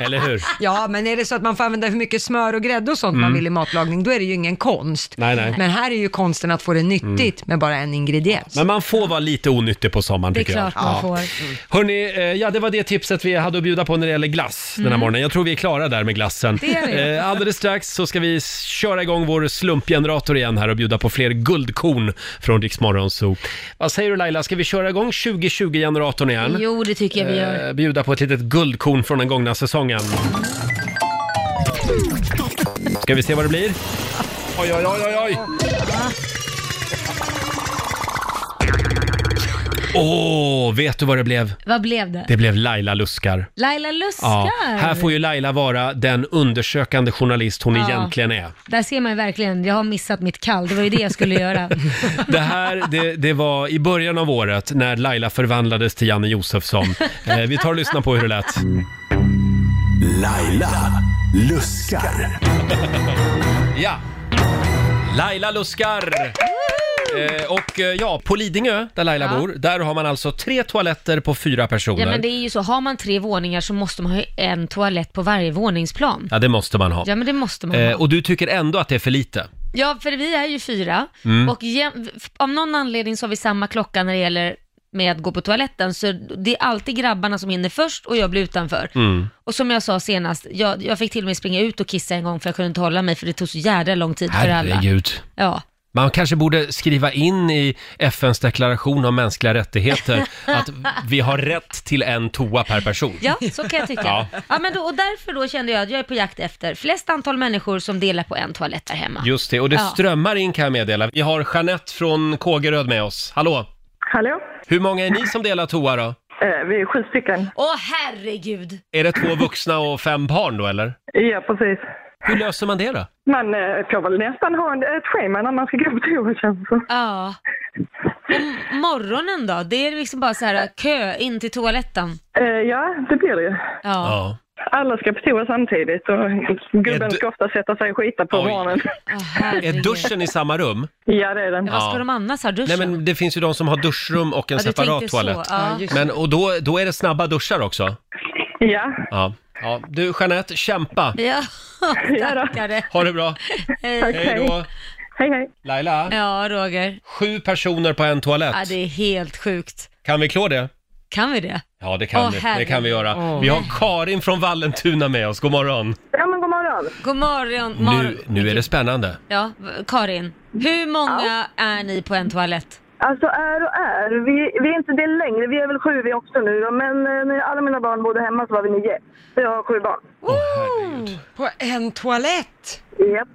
Eller hur?
Ja, men är det så att man får använda hur mycket smör och grädde och sånt man vill i matlagning, då är det ju ingen konst.
Mm. Nej, nej. Mm.
Men här är ju konsten att få det nyttigt med bara en ingrediens.
Men man får vara lite onyttig på sommaren
Det är
tycker jag.
klart man får.
Hörni, eh, ja det var det tipset vi hade att bjuda på när det gäller glass den här morgonen. Jag tror vi är klara där med glassen.
Mm. Det är vi.
Eh, Alldeles strax så ska vi s- köra igång vår slumpgenerator igen här och bjuda på fler guldkorn från Rix Morgon Zoo. Vad säger du Laila, ska vi köra igång 2020-generatorn igen?
Jo, det tycker jag vi gör.
Eh, Bjuda på ett litet guldkorn från den gångna säsongen. Ska vi se vad det blir? Oj, oj, oj, oj, oj! Åh, vet du vad det blev?
Vad blev det?
Det blev Laila Luskar.
Laila Luskar!
Ja, här får ju Laila vara den undersökande journalist hon
Ja.
egentligen är.
Där ser man ju verkligen, jag har missat mitt kall. Det var ju det jag skulle göra.
Det här, det, det var i början av året när Laila förvandlades till Janne Josefsson. Eh, vi tar och lyssnar på hur det lät.
Laila luskar.
Ja! Laila luskar! Eh, och eh, ja, på Lidingö, där Laila
Ja.
bor, där har man alltså tre toaletter på fyra personer.
Ja men det är ju så, har man tre våningar så måste man ha en toalett på varje våningsplan.
Ja, det måste man ha.
Ja men det måste man ha.
Eh, och du tycker ändå att det är för lite?
Ja, för vi är ju fyra och jäm- av någon anledning så har vi samma klocka när det gäller med att gå på toaletten, så det är alltid grabbarna som hinner först och jag blir utanför.
Mm.
Mm.
Och som jag sa senast, jag, jag fick till och med springa ut och kissa en gång för jag kunde inte hålla mig för det tog så jädra lång tid för alla.
Herregud.
Ja.
Man kanske borde skriva in i FNs deklaration om mänskliga rättigheter att vi har rätt till en toa per person.
ja, så kan jag tycka.
Ja.
ja. men då, och därför då kände jag att jag är på jakt efter flest antal människor som delar på en toalett där hemma.
Just det, och det
Ja.
strömmar in kan jag meddela. Vi har Jeanette från Kågeröd med oss. Hallå!
Hallå?
Hur många är ni som delar toa då?
Eh, vi är sju stycken.
Åh herregud!
Är det två vuxna och fem barn då eller?
Ja, precis.
Hur löser man det då?
Man eh, får väl nästan ha en, ett schema när man ska gå på toa känns det som.
Ja. Och morgonen då? Det är liksom bara så här kö in till toaletten.
eh, Ja, det blir det ju.
Ja.
Ja.
Alla ska på toa samtidigt och
Är
gubben
du-
ska ofta sätta sig och skita på
Oj.
morgonen.
ja.
Är
herregud.
duschen i samma rum?
Ja, det är den.
Men Vad
Ja.
ska de annars ha?
Nej
Duschen?
men det finns ju de som har duschrum och
ja,
en
du
separat
tänkte så.
toalett.
Ja.
Men, och då, då är det snabba duschar också.
Ja,
Ja. ja. Du Jeanette, kämpa!
Ja,
då.
stackare.
Ha det bra!
Hej.
Hej då!
hej hej.
Laila,
Ja, Roger.
sju personer på en toalett.
Ja, det är helt sjukt.
Kan vi klå det?
Kan vi det?
Ja, det kan
Åh,
vi. Det
herregud.
kan vi göra. Vi har Karin från Vallentuna med oss. God morgon.
Ja, men god morgon.
God morgon.
Nu,
Mar-
nu är det spännande.
Ja, v- Karin. Hur många är ni på en toalett?
Alltså är och är. Vi, vi är inte det längre. Vi är väl sju vi också nu. då, Men eh, när alla mina barn bodde hemma så var vi nio. Så jag har sju barn.
Åh, herregud.
På en toalett!
Japp.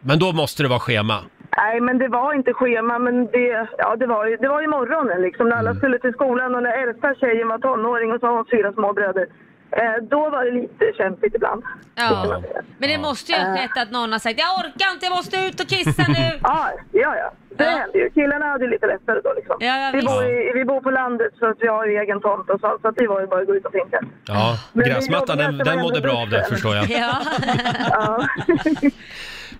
Men då måste det vara schema.
Nej, men det var inte schema, men det, ja, det, var, ju, det var ju morgonen liksom, när
Mm.
alla skulle till skolan och när äldsta tjejen var tonåring och så har hon fyra småbröder. Eh, då var det lite kämpigt ibland.
Ja. Men det måste ju ha skett
Eh.
att någon har sagt jag orkar inte, jag måste ut och kissa nu.
Ja, ja, ja. Det
Ja.
hände ju. Killarna hade ju lite lättare då liksom.
Ja, ja,
vi,
visst.
bor i, vi bor på landet så att vi har ju egen tomt och så, så att det var ju bara att gå ut och finka.
Ja,
Men det jobbigaste
gräsmattan den,
var
den
ändå
mådde bra av det
duschen.
förstår jag.
Ja.
Ja.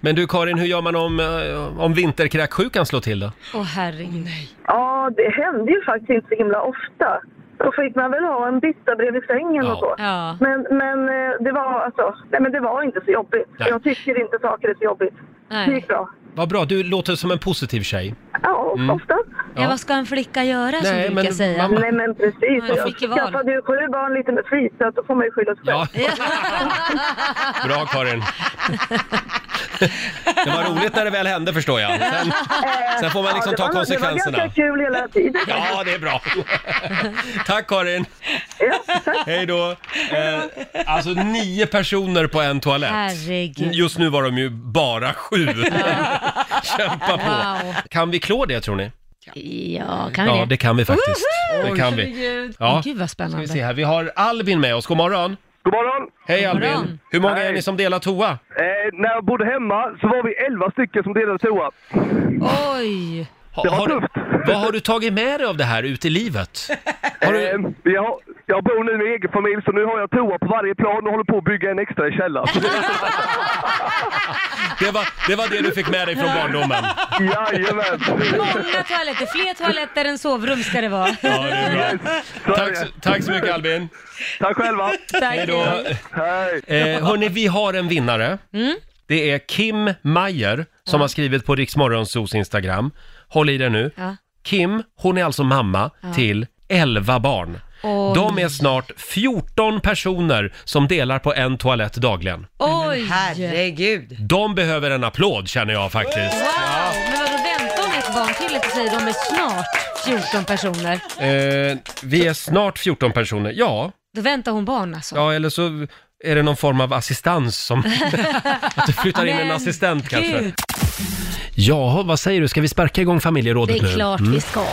Men du Karin, hur gör man om, eh, om vinterkräksjukan slår till då?
Åh herregud.
ja, det hände ju faktiskt inte så himla ofta. Då fick man väl ha en bytta bredvid sängen
Ja.
och så.
Ja.
Men, men, eh, det var, alltså, nej, men det var inte så jobbigt.
Nej.
Jag tycker inte saker är så jobbigt. Det
Nej.
gick bra.
Vad bra, du låter som en positiv tjej. Mm.
Ja, oftast.
Ja, vad ska en flicka göra som
Nej,
du brukar
men
säga?
mamma-
Nej men precis.
Ja, jag
jag
fick ju val.
skaffade ju sju barn lite med flit så att då får man ju skylla sig
Ja.
själv.
Bra Karin. Det var roligt när det väl hände förstår jag. Sen,
Eh,
sen får man liksom
det
ta
var-
konsekvenserna.
Det var ganska kul hela tiden.
ja, det är bra. Tack Karin.
Ja, tack.
Hej då! Eh, alltså nio personer på en toalett.
Herregud.
Just nu var de ju bara sju. Kämpa på.
Wow.
Kan vi klå det tror ni?
Ja, kan vi
Ja,
det?
det kan vi faktiskt. Det kan vi.
Herregud.
Ja.
Gud vad
Ska vi
spännande.
se här. Vi har Albin med oss. God morgon!
God morgon!
Hej
God morgon.
Albin! Hur många är
Hej.
ni som delar toa?
Eh, när jag bodde hemma så var vi 11 stycken som delade toa.
Oj!
Ha, har, vad har du tagit med dig av det här ut i livet? Har du,
Ehm, jag, jag bor nu med egen familj så nu har jag toa på varje plan och håller på att bygga en extra i källaren.
det, var, det var det du fick med dig från barndomen?
Jajamän!
Många toaletter, fler toaletter än sovrum ska det vara.
Ja, det är bra.
Så är
Tack,
det.
så- tack så mycket Albin.
Tack själva!
Tack.
Hej då.
Hej!
Eh, hörni, vi har en vinnare.
Mm.
Det är Kim Mayer som har skrivit på Riksmorgonsos Instagram. Håll i dig nu.
Ja.
Kim, hon är alltså mamma till 11 barn.
Oj.
De är snart 14 personer som delar på en toalett dagligen.
Oj!
Herregud.
De behöver en applåd känner jag faktiskt.
Wow! Men vadå, vänta om ett barn till och så säger de är snart 14 personer.
Eh, vi är snart 14 personer. Ja,
Då väntar hon barn alltså.
ja, eller så är det någon form av assistans som... att du flyttar in en
Men
assistent kanske.
gud.
Jaha, vad säger du? Ska vi sparka igång familjerådet
Det
nu? Mm.
är klart vi ska.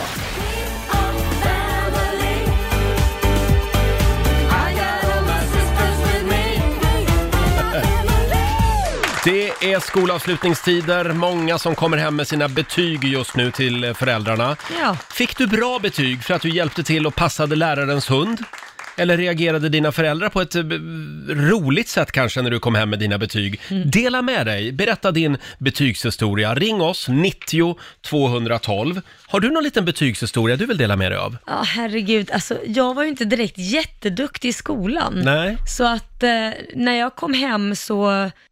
Det är skolavslutningstider, många som kommer hem med sina betyg just nu till föräldrarna.
Ja.
Fick du bra betyg för att du hjälpte till och passade lärarens hund? Eller reagerade dina föräldrar på ett eh, b- roligt sätt kanske när du kom hem med dina betyg?
Mm.
Dela med dig, berätta din betygshistoria. Ring oss, 90 212. Har du någon liten betygshistoria du vill dela med dig av?
Ja, herregud. Alltså, jag var ju inte direkt jätteduktig i skolan.
Nej.
Så att eh, när jag kom hem så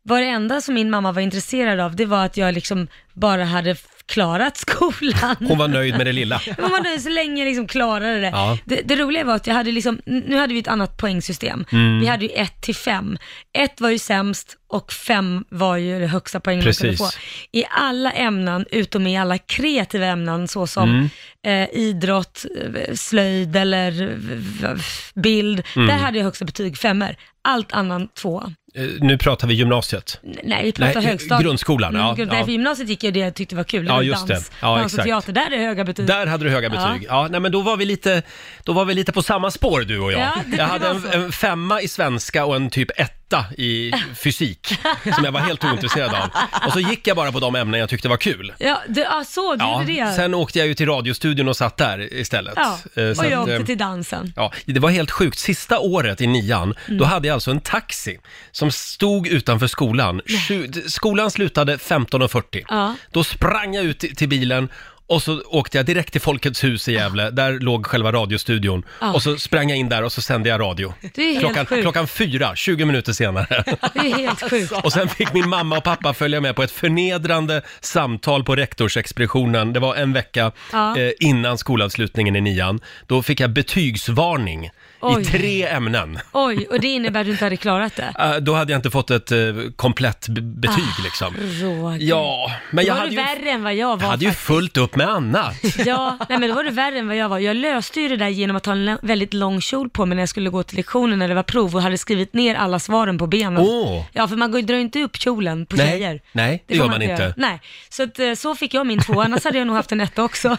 var det enda som min mamma var intresserad av, det var att jag liksom bara hade f- klarat skolan.
Hon var nöjd med det lilla.
Men man hade så länge liksom klarade det.
Ja.
det. Det roliga var att jag hade liksom, nu hade vi ett annat poängsystem.
Mm.
Vi hade ju 1 till 5. 1 var ju sämst och 5 var ju det högsta poängen man
Precis.
kunde få. I alla ämnen, utom i alla kreativa ämnen
Mm.
såsom eh, idrott, eh, slöjd eller v- v- bild.
Mm.
Där hade jag högsta betyg, femmor. Allt annan tvåa.
Eh, Nu pratar vi gymnasiet.
N- Nej, vi pratar
Nej,
högstadiet.
grundskolan, ja,
grund-
ja.
Nej, för gymnasiet gick jag det jag tyckte var kul.
Ja,
var
just
dans,
det. Ja,
dans och
exakt.
teater, där är det höga betyg.
Där hade du höga
eh, Ja.
betyg. Ja. nej, men då var vi lite, då var vi lite på samma spår du och jag.
Ja, det-
jag
det
hade
var
en,
så.
en femma i svenska och en typ etta i fysik som jag var helt ointresserad av. Och så gick jag bara på de ämnen jag tyckte var kul.
Ja, du, ja så du
Ja,
gjorde det.
sen åkte jag ju till radiostudion och satt där istället.
Ja,
Eh, så
och
att,
jag åkte
eh,
till dansen.
Ja, det var helt sjukt. Sista året i nian,
Mm.
då hade jag alltså en taxi som stod utanför skolan. Tju- skolan slutade 15.40.
Ja.
Då sprang jag ut i- till bilen och så åkte jag direkt till Folkets hus i
Ah.
Gävle. Där låg själva radiostudion.
Ja.
Och så sprang jag in där och så sände jag radio.
Ah. Det är helt
klockan,
sjukt.
klockan fyra, 20 minuter senare.
Det är helt sjukt.
Och sen fick min mamma och pappa följa med på ett förnedrande samtal på rektorsexpeditionen. Det var en vecka
Ja.
eh, innan skolavslutningen i nian. Då fick jag betygsvarning i
Oj.
tre ämnen.
Oj, och det innebär att du inte hade klarat det.
Eh, då hade jag inte fått ett eh, komplett b- betyg
Ah.
liksom.
Roger.
Ja, men
då
jag
var
hade
du
ju,
värre än vad jag
jag
var
hade ju
faktiskt.
fullt upp med annat.
Ja, nej men då var du värre än vad jag var. Jag löste ju det där genom att ha en lä- väldigt lång kjol på mig när jag skulle gå till lektionen när det var prov och hade skrivit ner alla svaren på benen.
Åh.
Ja, för man går- drar ju inte upp kjolen på
Nej,
tjejer.
nej, det
får
gör man inte.
göra. Nej, så, att, eh, så fick jag min tvåa, annars hade jag nog haft en etta också.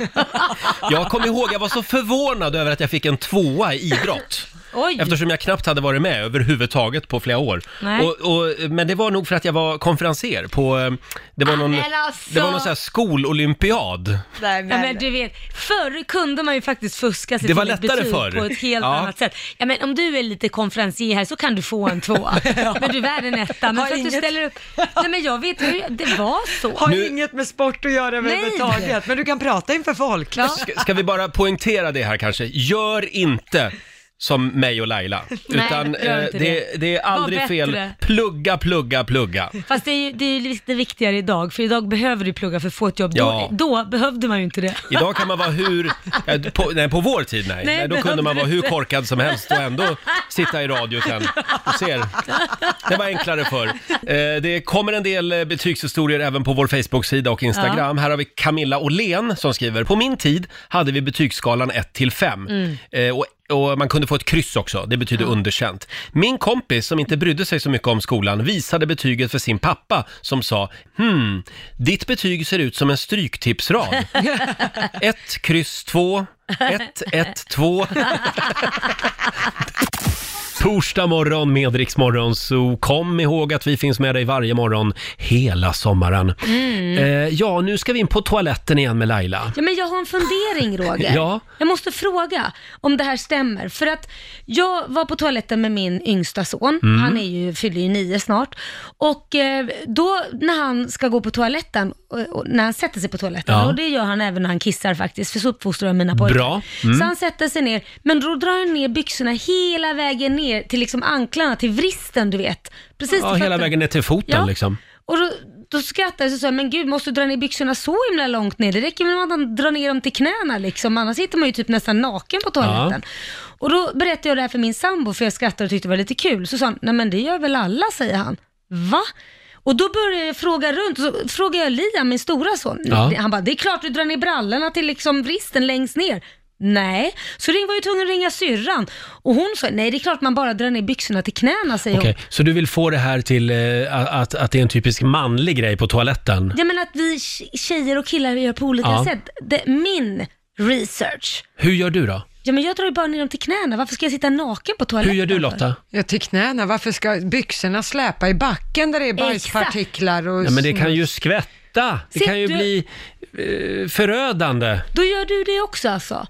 Jag kommer ihåg, jag var så förvånad över att jag fick en tvåa i idrott.
Oj.
Eftersom jag knappt hade varit med överhuvudtaget på flera år.
Nej.
Och, och, men det var nog för att jag var konferenser på, eh, det var någon,
men alltså.
det var någon sån här skololympiad.
Nej,
Ja, men du vet, förr kunde man ju faktiskt fuska sig
Det var
till ett
lättare
betyg
förr.
på ett helt
Ja.
annat sätt. Ja, men om du är lite konferencier här så kan du få en tvåa. Men du är värd en etta. Men
Har
för att du
inget-
ställer upp... Nej men jag vet hur... Det var så.
Har
Nu-
inget med sport att göra överhuvudtaget, men du kan prata inför folk.
Ja.
Ska, ska vi bara poängtera det här kanske? Gör inte som mig och Laila. Utan eh,
gör inte
det, det är aldrig
Var
fel.
bättre.
Plugga, plugga, plugga.
Fast det är ju det är ju lite viktigare idag, för idag behöver du plugga för att få ett jobb.
Ja.
Då, då behövde man ju inte det.
Idag kan man vara hur, eh, på, nej på vår tid nej,
Nej,
nej då
det
kunde man
hade
vara
du
hur
inte.
korkad som helst och ändå sitta i radio sen. Du ser, det var enklare förr. Eh, det kommer en del eh, betygshistorier även på vår Facebook-sida och Instagram. Här har vi Camilla Åhlén som skriver, på min tid hade vi betygsskalan 1 till 5. Eh, och och man kunde få ett kryss också, det betyder underkänt. Min kompis som inte brydde sig så mycket om skolan visade betyget för sin pappa som sa “Hmm, ditt betyg ser ut som en stryktipsrad” ett kryss två ett ett två Torsdag morgon med Rix Morgon, så kom ihåg att vi finns med dig varje morgon hela sommaren.
Mm.
Eh, ja, nu ska vi in på toaletten igen med Laila.
Ja, men jag har en fundering Roger.
Ja.
Jag måste fråga om det här stämmer. För att jag var på toaletten med min yngsta son,
Mm.
han är ju, fyller ju nio snart. Och eh, då när han ska gå på toaletten, och- och när han sätter sig på toaletten,
Ja.
och det gör han även när han kissar faktiskt, för så uppfostrar jag mina pojkar.
Bra. Mm.
Så han sätter sig ner, men då drar han ner byxorna hela vägen ner till liksom anklarna, till vristen du vet. Precis
Ja,
till
hela
fötterna.
vägen ner till foten
Ja.
liksom.
Och då, då skrattade jag och sa, men gud måste du dra ner byxorna så himla långt ner? Det räcker väl att man drar ner dem till knäna liksom, annars sitter man ju typ nästan naken på toaletten. Och då berättade jag det här för min sambo, för jag skrattade och tyckte det var lite kul. Så sa han, nej men det gör väl alla, säger han. Va? Och då började jag fråga runt, och så frågade jag Liam, min stora son.
Ja.
Han bara, det är klart du drar ner brallorna till liksom vristen längst ner. Nej, så ring var ju tvungen att ringa syrran. Och hon sa, nej det är klart man bara drar ner byxorna till knäna, säger hon.
Okej, så du vill få det här till eh, att, att det är en typisk manlig grej på toaletten?
Ja men att vi tj- tjejer och killar gör på olika
Ja.
sätt. Det, min research.
Hur gör du då?
Ja men jag drar ju bara ner dem till knäna. Varför ska jag sitta naken på
Hur
toaletten?
gör du
för?
Lotta?
Ja, till knäna. Varför ska byxorna släpa i backen där det är bajspartiklar och...
Ja, men det kan ju skvätta. Det
Ser
kan ju
du-
bli eh, förödande.
Då gör du det också alltså?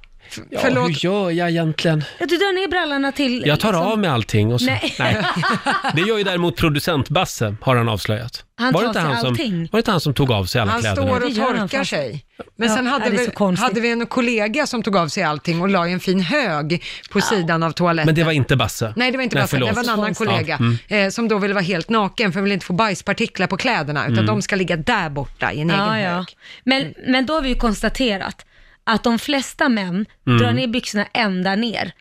Ja,
Förlåt.
hur gör jag egentligen?
Ja, du drar ner brallorna till...
Jag tar av mig allting och så...
Liksom. Nej.
Det gör ju däremot producent Basse, har han avslöjat.
Han tar
var, det inte
sig
han som,
allting.
var det inte han som tog av sig alla
Han
kläderna?
står
Det
och
gör han
torkar
fast.
sig. Men
Ja,
sen hade,
är det
vi,
så konstigt?
hade vi en kollega som tog av sig allting och la i en fin hög på sidan av toaletten.
Men det var inte Basse?
Nej, det var inte Nej, det var en annan
Konstigt.
kollega
Mm.
eh, som då ville vara helt naken för han ville inte få bajspartiklar på kläderna
Mm.
utan de ska ligga där borta i en
Ja,
egen
Ah, ja.
hög.
Men, men då har vi ju konstaterat att de flesta män
Mm.
drar ner byxorna ända ner.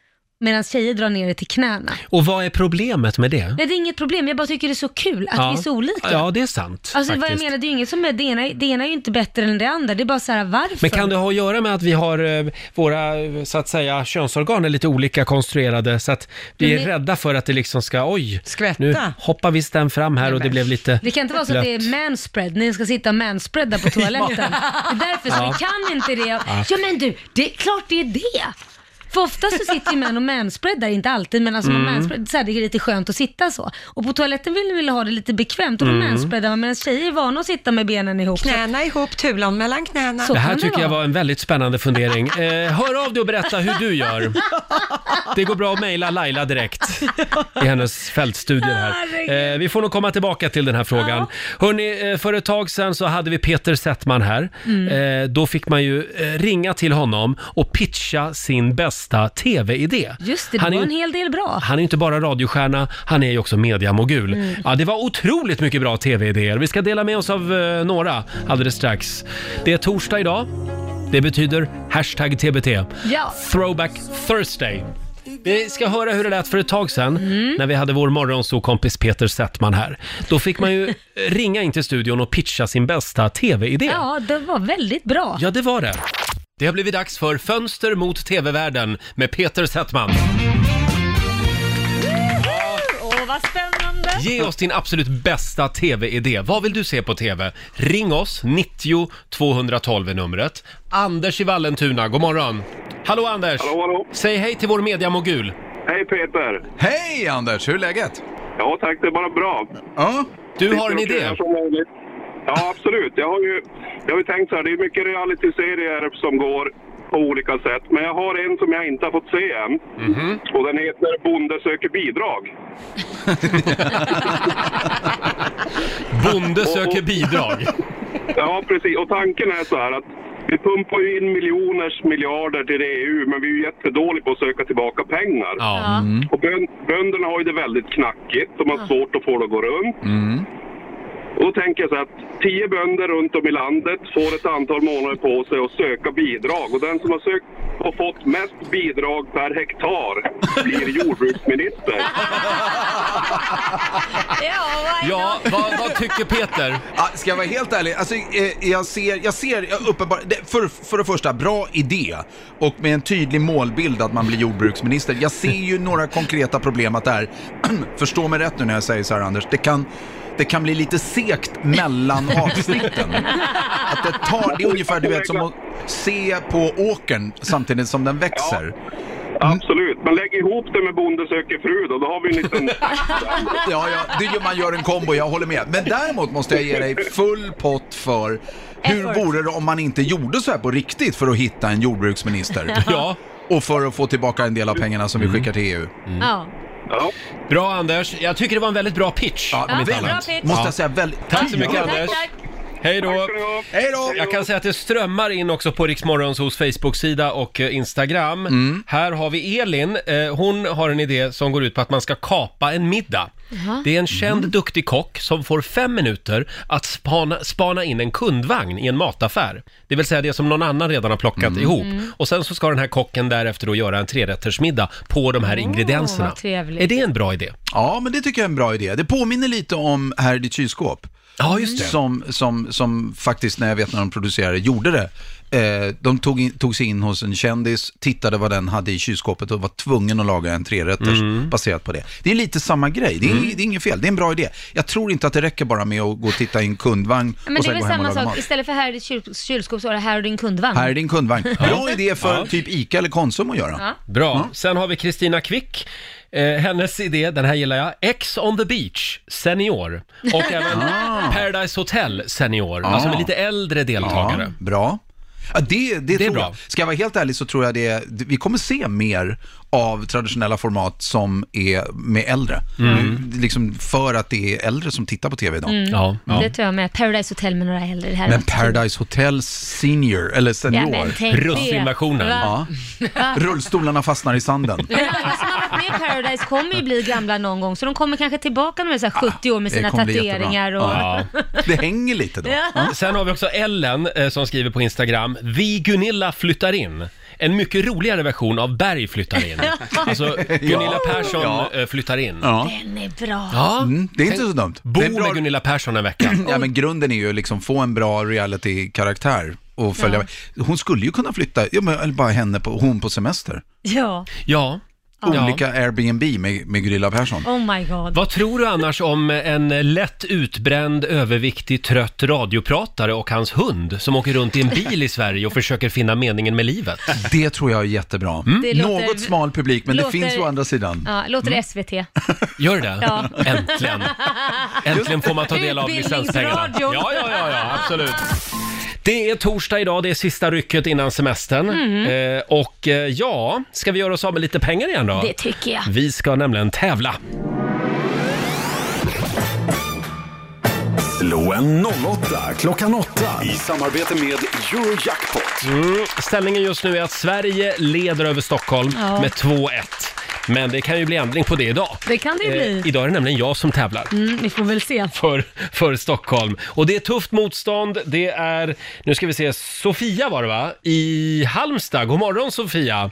Medan tjejer drar ner det till knäna.
Och vad är problemet med det?
Nej, det är inget problem. Jag bara tycker det är så kul att
Ja.
vi är så olika.
Ja, det är sant.
alltså vad jag
faktiskt.
menar, det är ju inget som är, det ena, det ena är ju inte bättre än det andra. Det är bara så här, varför?
Men kan det ha att göra med att vi har eh, våra, eh, så att säga, könsorgan är lite olika konstruerade så att vi är
Men-
rädda för att det liksom ska, oj,
Skvätta.
nu hoppar vi den fram här och det blev lite
Det kan inte vara så att det
blött.
är manspread, ni ska sitta manspreadda på toaletten. Det är därför så vi kan inte det. Ja men du, det är klart det är det. För oftast så sitter ju män och manspreadar, inte alltid, men alltså man manspread, så här, det är lite skönt att sitta så. Och på toaletten vill vi ha det lite bekvämt och då manspreadar man, medan tjejer är vana att sitta med benen ihop.
Knäna ihop, tulan mellan knäna.
Så
Det här
kan
tycker jag
vara.
var en väldigt spännande fundering. Eh, hör av dig och berätta hur du gör. Det går bra att mejla Laila direkt i hennes fältstudier här. Eh, vi får nog komma tillbaka till den här frågan. Hörrni, eh, för ett tag sedan så hade vi Peter Settman här.
Mm.
Eh, då fick man ju eh, ringa till honom och pitcha sin bästa tv-idé.
Just det, det
Han är
var
ju-
en hel del bra.
han är inte bara radiostjärna, han är ju också mediamogul. Ja, det var otroligt mycket bra tv-idéer. Vi ska dela med oss av eh, några alldeles strax. Det är torsdag idag. Det betyder hashtag TBT.
Ja.
Throwback Thursday. Vi ska höra hur det lät för ett tag sedan när vi hade vår morgonsåkompis Peter Settman här. Då fick man ju ringa in till studion och pitcha sin bästa tv-idé.
Ja, det var väldigt bra.
Ja, det var det. Det har blivit dags för Fönster mot TV-världen med Peter Settman.
Åh, vad spännande.
Ge oss din absolut bästa tv-idé. Vad vill du se på tv? Ring oss, 90 212 är numret. Anders i Vallentuna, god morgon. Hallå Anders!
Hallå, hallå.
Säg hej till vår mediamogul.
Hej Peter!
Hej Anders, hur är läget?
Ja tack, det är bara bra.
Ja,
Du har en
Sitter och
idé.
köar som vanligt. Ja absolut. Jag har ju, jag har ju tänkt så här, det är mycket realityserier som går på olika sätt. Men jag har en som jag inte har fått se än.
Mhm.
Och den heter Bonde söker bidrag.
Bonde söker bidrag.
Ja precis, och tanken är så här att vi pumpar ju in miljoners miljarder till EU, men vi är ju jättedåliga på att söka tillbaka pengar.
Ja. Mm.
Och bön, bönderna har ju det väldigt knackigt. De har svårt att få det att gå runt.
Mm.
Och då tänker jag så här att tio bönder runt om i landet får ett antal månader på sig att söka bidrag. Och den som har sökt och fått mest bidrag per hektar blir jordbruksminister.
Ja, why
Ja, vad, vad tycker Peter?
Ja, ska jag vara helt ärlig, alltså, eh, jag ser, jag ser jag uppenbar, det, för, för det första, bra idé och med en tydlig målbild att man blir jordbruksminister. Jag ser ju några konkreta problem att det är, förstå mig rätt nu när jag säger så här Anders, det kan, det kan bli lite segt mellan avsnitten. Att det tar, det är ungefär du vet som att se på åkern samtidigt som den växer.
Absolut, men lägg ihop det med Bonde söker fru då, då har vi en liten...
Ja, ja, det gör, man gör en kombo, jag håller med. Men däremot måste jag ge dig full pott för hur
Effort.
vore det om man inte gjorde så här på riktigt för att hitta en jordbruksminister?
Ja.
Och för att få tillbaka en del av pengarna som vi skickar till E EU.
Mm. Ja.
Bra Anders, jag tycker det var en väldigt bra pitch.
Ja,
om inte
väldigt
annat.
bra pitch. Måste jag säga, väldigt-
Tack så mycket
Ja.
Anders.
Tack,
Hej då!
Hej då!
Jag kan säga att det strömmar in också på Riksmorgonsos Facebook-sida och eh, Instagram.
Mm.
Här har vi Elin. Eh, Hon har en idé som går ut på att man ska kapa en middag.
Jaha.
Det är en känd
Mm.
duktig kock som får fem minuter att spana, spana in en kundvagn i en mataffär. Det vill säga det som någon annan redan har plockat ihop.
Mm.
Och sen så ska den här kocken därefter då göra en trerättersmiddag på de här ingredienserna.
vad trevligt.
Är det en bra idé?
Ja, men det tycker jag är en bra idé. Det påminner lite om Här i ditt kylskåp.
Ja, just det.
Som, som, som faktiskt, när jag vet när de producerade, gjorde det. Eh, de tog, in, tog sig in hos en kändis, tittade vad den hade i kylskåpet och var tvungen att laga en trerätters
Mm.
baserat på det. Det är lite samma grej, det är,
Mm.
det är inget fel, det är en bra idé. Jag tror inte att det räcker bara med att gå och titta i en kundvagn
Ja, Men
och
det
sen
är väl
gå hem och
samma
laga
sak,
mat.
istället för här är ditt kyl- kylskåp så är det här är din kundvagn.
Här är din kundvagn. Bra
Ja.
idé för
Ja.
typ ICA eller Konsum att göra.
Bra. Sen har vi Kristina Quick. Eh, hennes idé, den här gillar jag. Ex on the beach, senior. Och även
Ah.
Paradise Hotel, senior.
Ah.
Alltså med lite äldre deltagare.
Ja, bra. Ja, det, det, tror
bra.
jag. Ska jag vara helt ärlig så tror jag det, det- vi kommer se mer av traditionella format som är med äldre.
Mm.
Det är Liksom för att det är äldre som tittar på tv idag.
Mm. Det tror jag med. Paradise Hotel med några äldre. Det här
Men Paradise Hotel Senior, eller
Ja, men
Senior.
tänk det. Russinversionen.
Ja.
Va?
Rullstolarna fastnar i sanden.
Men alla som har varit med i Paradise kommer ju bli gamla någon gång, så de kommer kanske tillbaka när de är så här 70 år med
det
sina
kommer bli
tatueringar och...
jättebra.
Det hänger lite
då. Ja.
Sen har vi också Ellen eh, som skriver på Instagram. Vi Gunilla flyttar in. En mycket roligare version av Berg flyttar in. Alltså Gunilla
Ja.
Persson
Ja.
eh, flyttar in.
Den är bra.
Ja.
Mm, det är inte
Tänk-
så dumt.
Bo
Det är bra-
med Gunilla Persson en vecka.
Ja, men grunden är ju liksom få en bra reality-karaktär och följa Hon skulle ju kunna flytta, ja, men, eller bara henne på, hon på semester.
Ja.
Ja.
Olika Airbnb med, med Gunilla Persson.
Oh my god.
Vad tror du annars om en lätt utbränd, överviktig, trött radiopratare och hans hund som åker runt i en bil i Sverige och försöker finna meningen med livet? Mm.
Det tror jag är jättebra.
Det låter-
Något smal publik, men
låter-
det finns å andra sidan. Mm.
Ja, låter det SVT?
Gör det?
Ja.
Äntligen! Äntligen får man ta del av licenspengarna. Ja,
Utbildningsradion.
ja, ja, ja, absolut. Det är torsdag idag, det är sista rycket innan semestern.
Mm.
Eh, och eh, ja, ska vi göra oss av med lite pengar igen då?
Det tycker jag.
Vi ska nämligen tävla.
Slå en 08 klockan 8 i samarbete med Eurojackpot.
Mm. Ställningen just nu är att Sverige leder över Stockholm
Ja.
med 2-1. Men det kan ju bli ändring på det idag. Eh,
Det kan det ju bli.
idag är det nämligen jag som tävlar.
Mm, vi får väl se.
För, för Stockholm. Och det är tufft motstånd. Det är, nu ska vi se, Sofia var det va? I Halmstad. God morgon Sofia!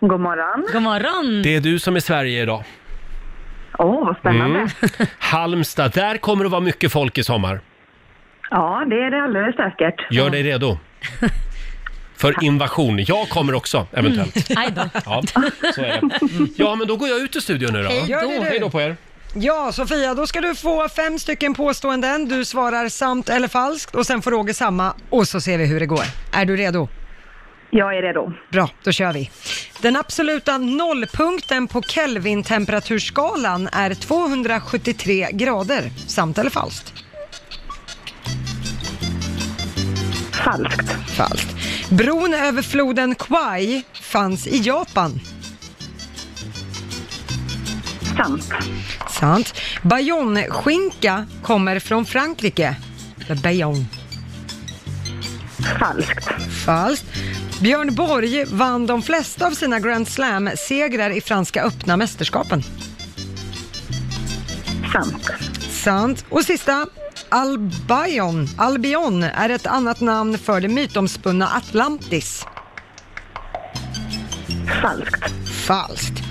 God morgon.
God morgon.
Det är du som är Sverige idag. Mm.
Åh, vad spännande.
Halmstad, där kommer det vara mycket folk i sommar.
Ja, det är det alldeles säkert.
Gör dig redo. För invasion. Jag kommer också, eventuellt.
Aj då.
Mm.
Ja, så är det. Ja, men då går jag ut ur studion nu då.
Hej då.
Hej då på er!
Ja, Sofia, då ska du få fem stycken påståenden. Du svarar sant eller falskt och sen får Roger samma och så ser vi hur det går. Är du redo?
Jag är redo.
Bra, då kör vi. Den absoluta nollpunkten på Kelvin-temperaturskalan är 273 grader. Sant eller falskt?
Falskt.
Falskt. Bron över floden Kwai fanns i Japan.
Sant.
Sant. Bayonne-skinka kommer från Frankrike. Eller Bayonne.
Falskt.
Falskt. Björn Borg vann de flesta av sina Grand Slam-segrar i Franska öppna mästerskapen.
Sant.
Sant. Och sista. Albion. Albion är ett annat namn för det mytomspunna Atlantis.
Falskt.
Falskt.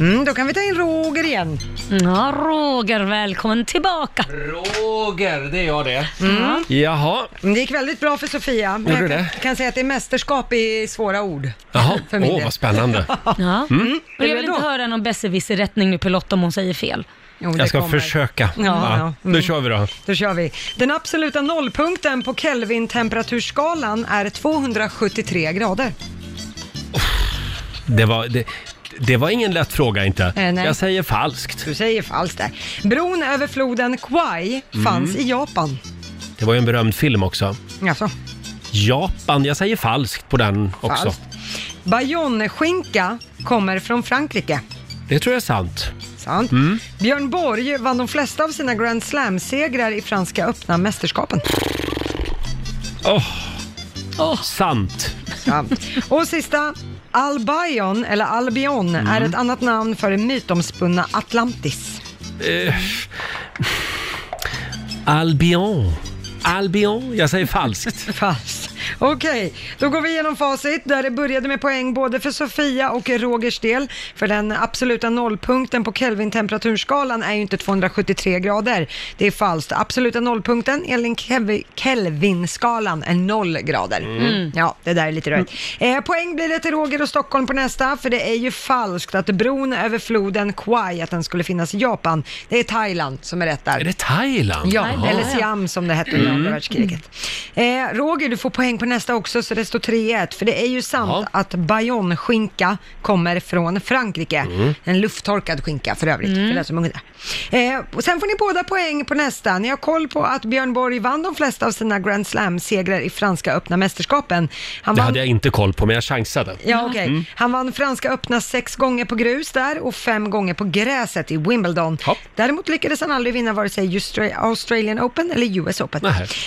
Mm, då kan vi ta in Roger igen.
Ja, Roger, välkommen tillbaka.
Roger, det är jag det.
Mm.
Jaha.
Det gick väldigt bra för Sofia. Men
Gjorde
jag kan,
det?
kan säga att det är mästerskap i svåra ord.
Jaha,
För
åh
min del.
vad spännande.
Ja.
Mm.
Och jag vill inte höra någon besserwisser-rättning nu på Lotta om hon säger fel.
Jag ska försöka.
Ja, ja. Mm.
Nu kör vi då.
Då kör vi. Den absoluta nollpunkten på Kelvin-temperaturskalan är 273 grader.
Det var, det, det var ingen lätt fråga inte.
Eh, nej.
Jag säger falskt.
Du säger falskt där. Bron över floden Kwai fanns
Mm.
i Japan.
Det var ju en berömd film också.
Alltså,
Japan, jag säger falskt på den också.
falskt. Bayonneskinka kommer från Frankrike.
Det tror jag är sant.
Sant.
Mm.
Björn Borg vann de flesta av sina Grand Slam-segrar i Franska öppna mästerskapen.
Åh, Sant.
Sant. Och sista. Albion, eller Albion, är ett annat namn för den mytomspunna Atlantis.
Eh, Albion. Albion. Jag säger falskt.
Falskt. Okej, då går vi igenom facit där det började med poäng både för Sofia och Rogers del. För den absoluta nollpunkten på Kelvin-temperaturskalan är ju inte 273 grader. Det är falskt. Absoluta nollpunkten enligt Kev- Kelvin-skalan är 0 grader.
Mm.
Ja, det där är lite rörigt. Eh, poäng blir det till Roger och Stockholm på nästa, för det är ju falskt att bron över floden Kwai, att den skulle finnas i Japan. Det är Thailand som är rätt där. Är
det Thailand?
Ja,
Thailand.
eller Siam som det hette under
Mm.
andra världskriget. Eh, Roger, du får poäng på nästa också, så det står 3-1. För det är ju sant att bayonneskinka kommer från Frankrike.
Mm.
En lufttorkad skinka för övrigt, för den som undrar. Eh, och sen får ni båda poäng på nästa. Ni har koll på att Björn Borg vann de flesta av sina Grand Slam-segrar i franska öppna mästerskapen. Han
Det
vann...
hade jag inte koll på, men jag chansade.
Ja, okej.
Mm.
Han vann Franska öppna sex gånger på grus där och fem gånger på gräset i Wimbledon. Däremot lyckades han aldrig vinna vare sig Austra- Australian Open eller US Open.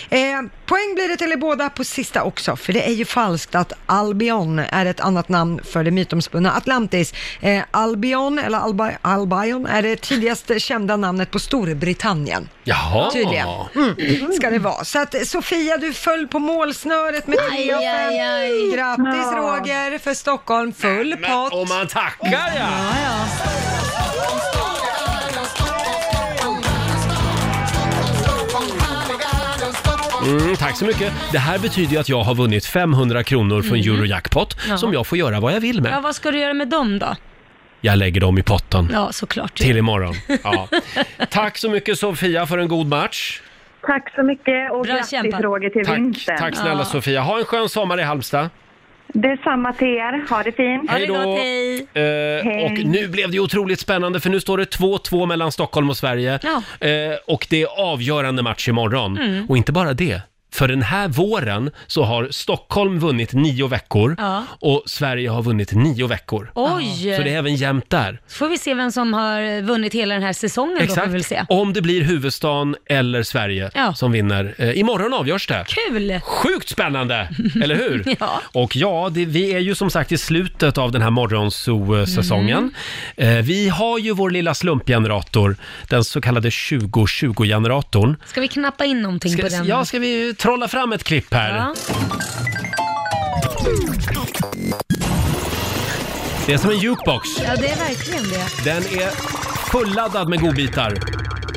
Eh, poäng blir det till er båda på sista också, för det är ju falskt att Albion är ett annat namn för det mytomspunna Atlantis. Eh, Albion, eller Albi- Albion, är det tidigaste kända namnet på Storbritannien.
Jaha.
Tydligen. Mm, ska det vara. Så att eh, Sofia, du föll på målsnöret med 3 av
Aj, aj,
5.
aj.
Grattis
Ja.
Roger för Stockholm, full pott.
Och man tackar ja! Mm, tack så mycket. Det här betyder ju att jag har vunnit 500 kronor från
Mm.
Eurojackpot
Ja.
som jag får göra vad jag vill
Ja,
med.
vad ska du göra med dem då?
Jag lägger dem i potten.
Ja, såklart.
Till imorgon. Ja. Tack så mycket Sofia för en god match.
Tack så mycket och
Bra
grattis
kämpat.
Roger till
Tack,
vinsten.
tack snälla Sofia. Ha en skön sommar i Halmstad.
Detsamma till er. Ha det fint.
Hej då. Eh,
Hej.
och nu blev det ju otroligt spännande för nu står det 2-2 mellan Stockholm och Sverige.
Ja.
Eh, och det är avgörande match imorgon.
Mm.
Och inte bara det. För den här våren så har Stockholm vunnit nio veckor
Ja.
och Sverige har vunnit nio veckor.
Oj!
Så det är även jämnt där.
får vi se vem som har vunnit hela den här säsongen då, får vi väl se.
Om det blir huvudstaden eller Sverige
Ja.
som vinner. Eh, imorgon avgörs det.
Kul!
Sjukt spännande, eller hur?
Ja.
Och ja, det, vi är ju som sagt i slutet av den här morgonzoo-säsongen. Eh, vi har ju vår lilla slumpgenerator, den så kallade 2020-generatorn.
Ska vi knappa in någonting
Ska-
på den?
ja, ska vi trolla fram ett klipp här?
Ja.
Det är som en jukebox.
ja, det är verkligen det.
Den är fulladdad med godbitar.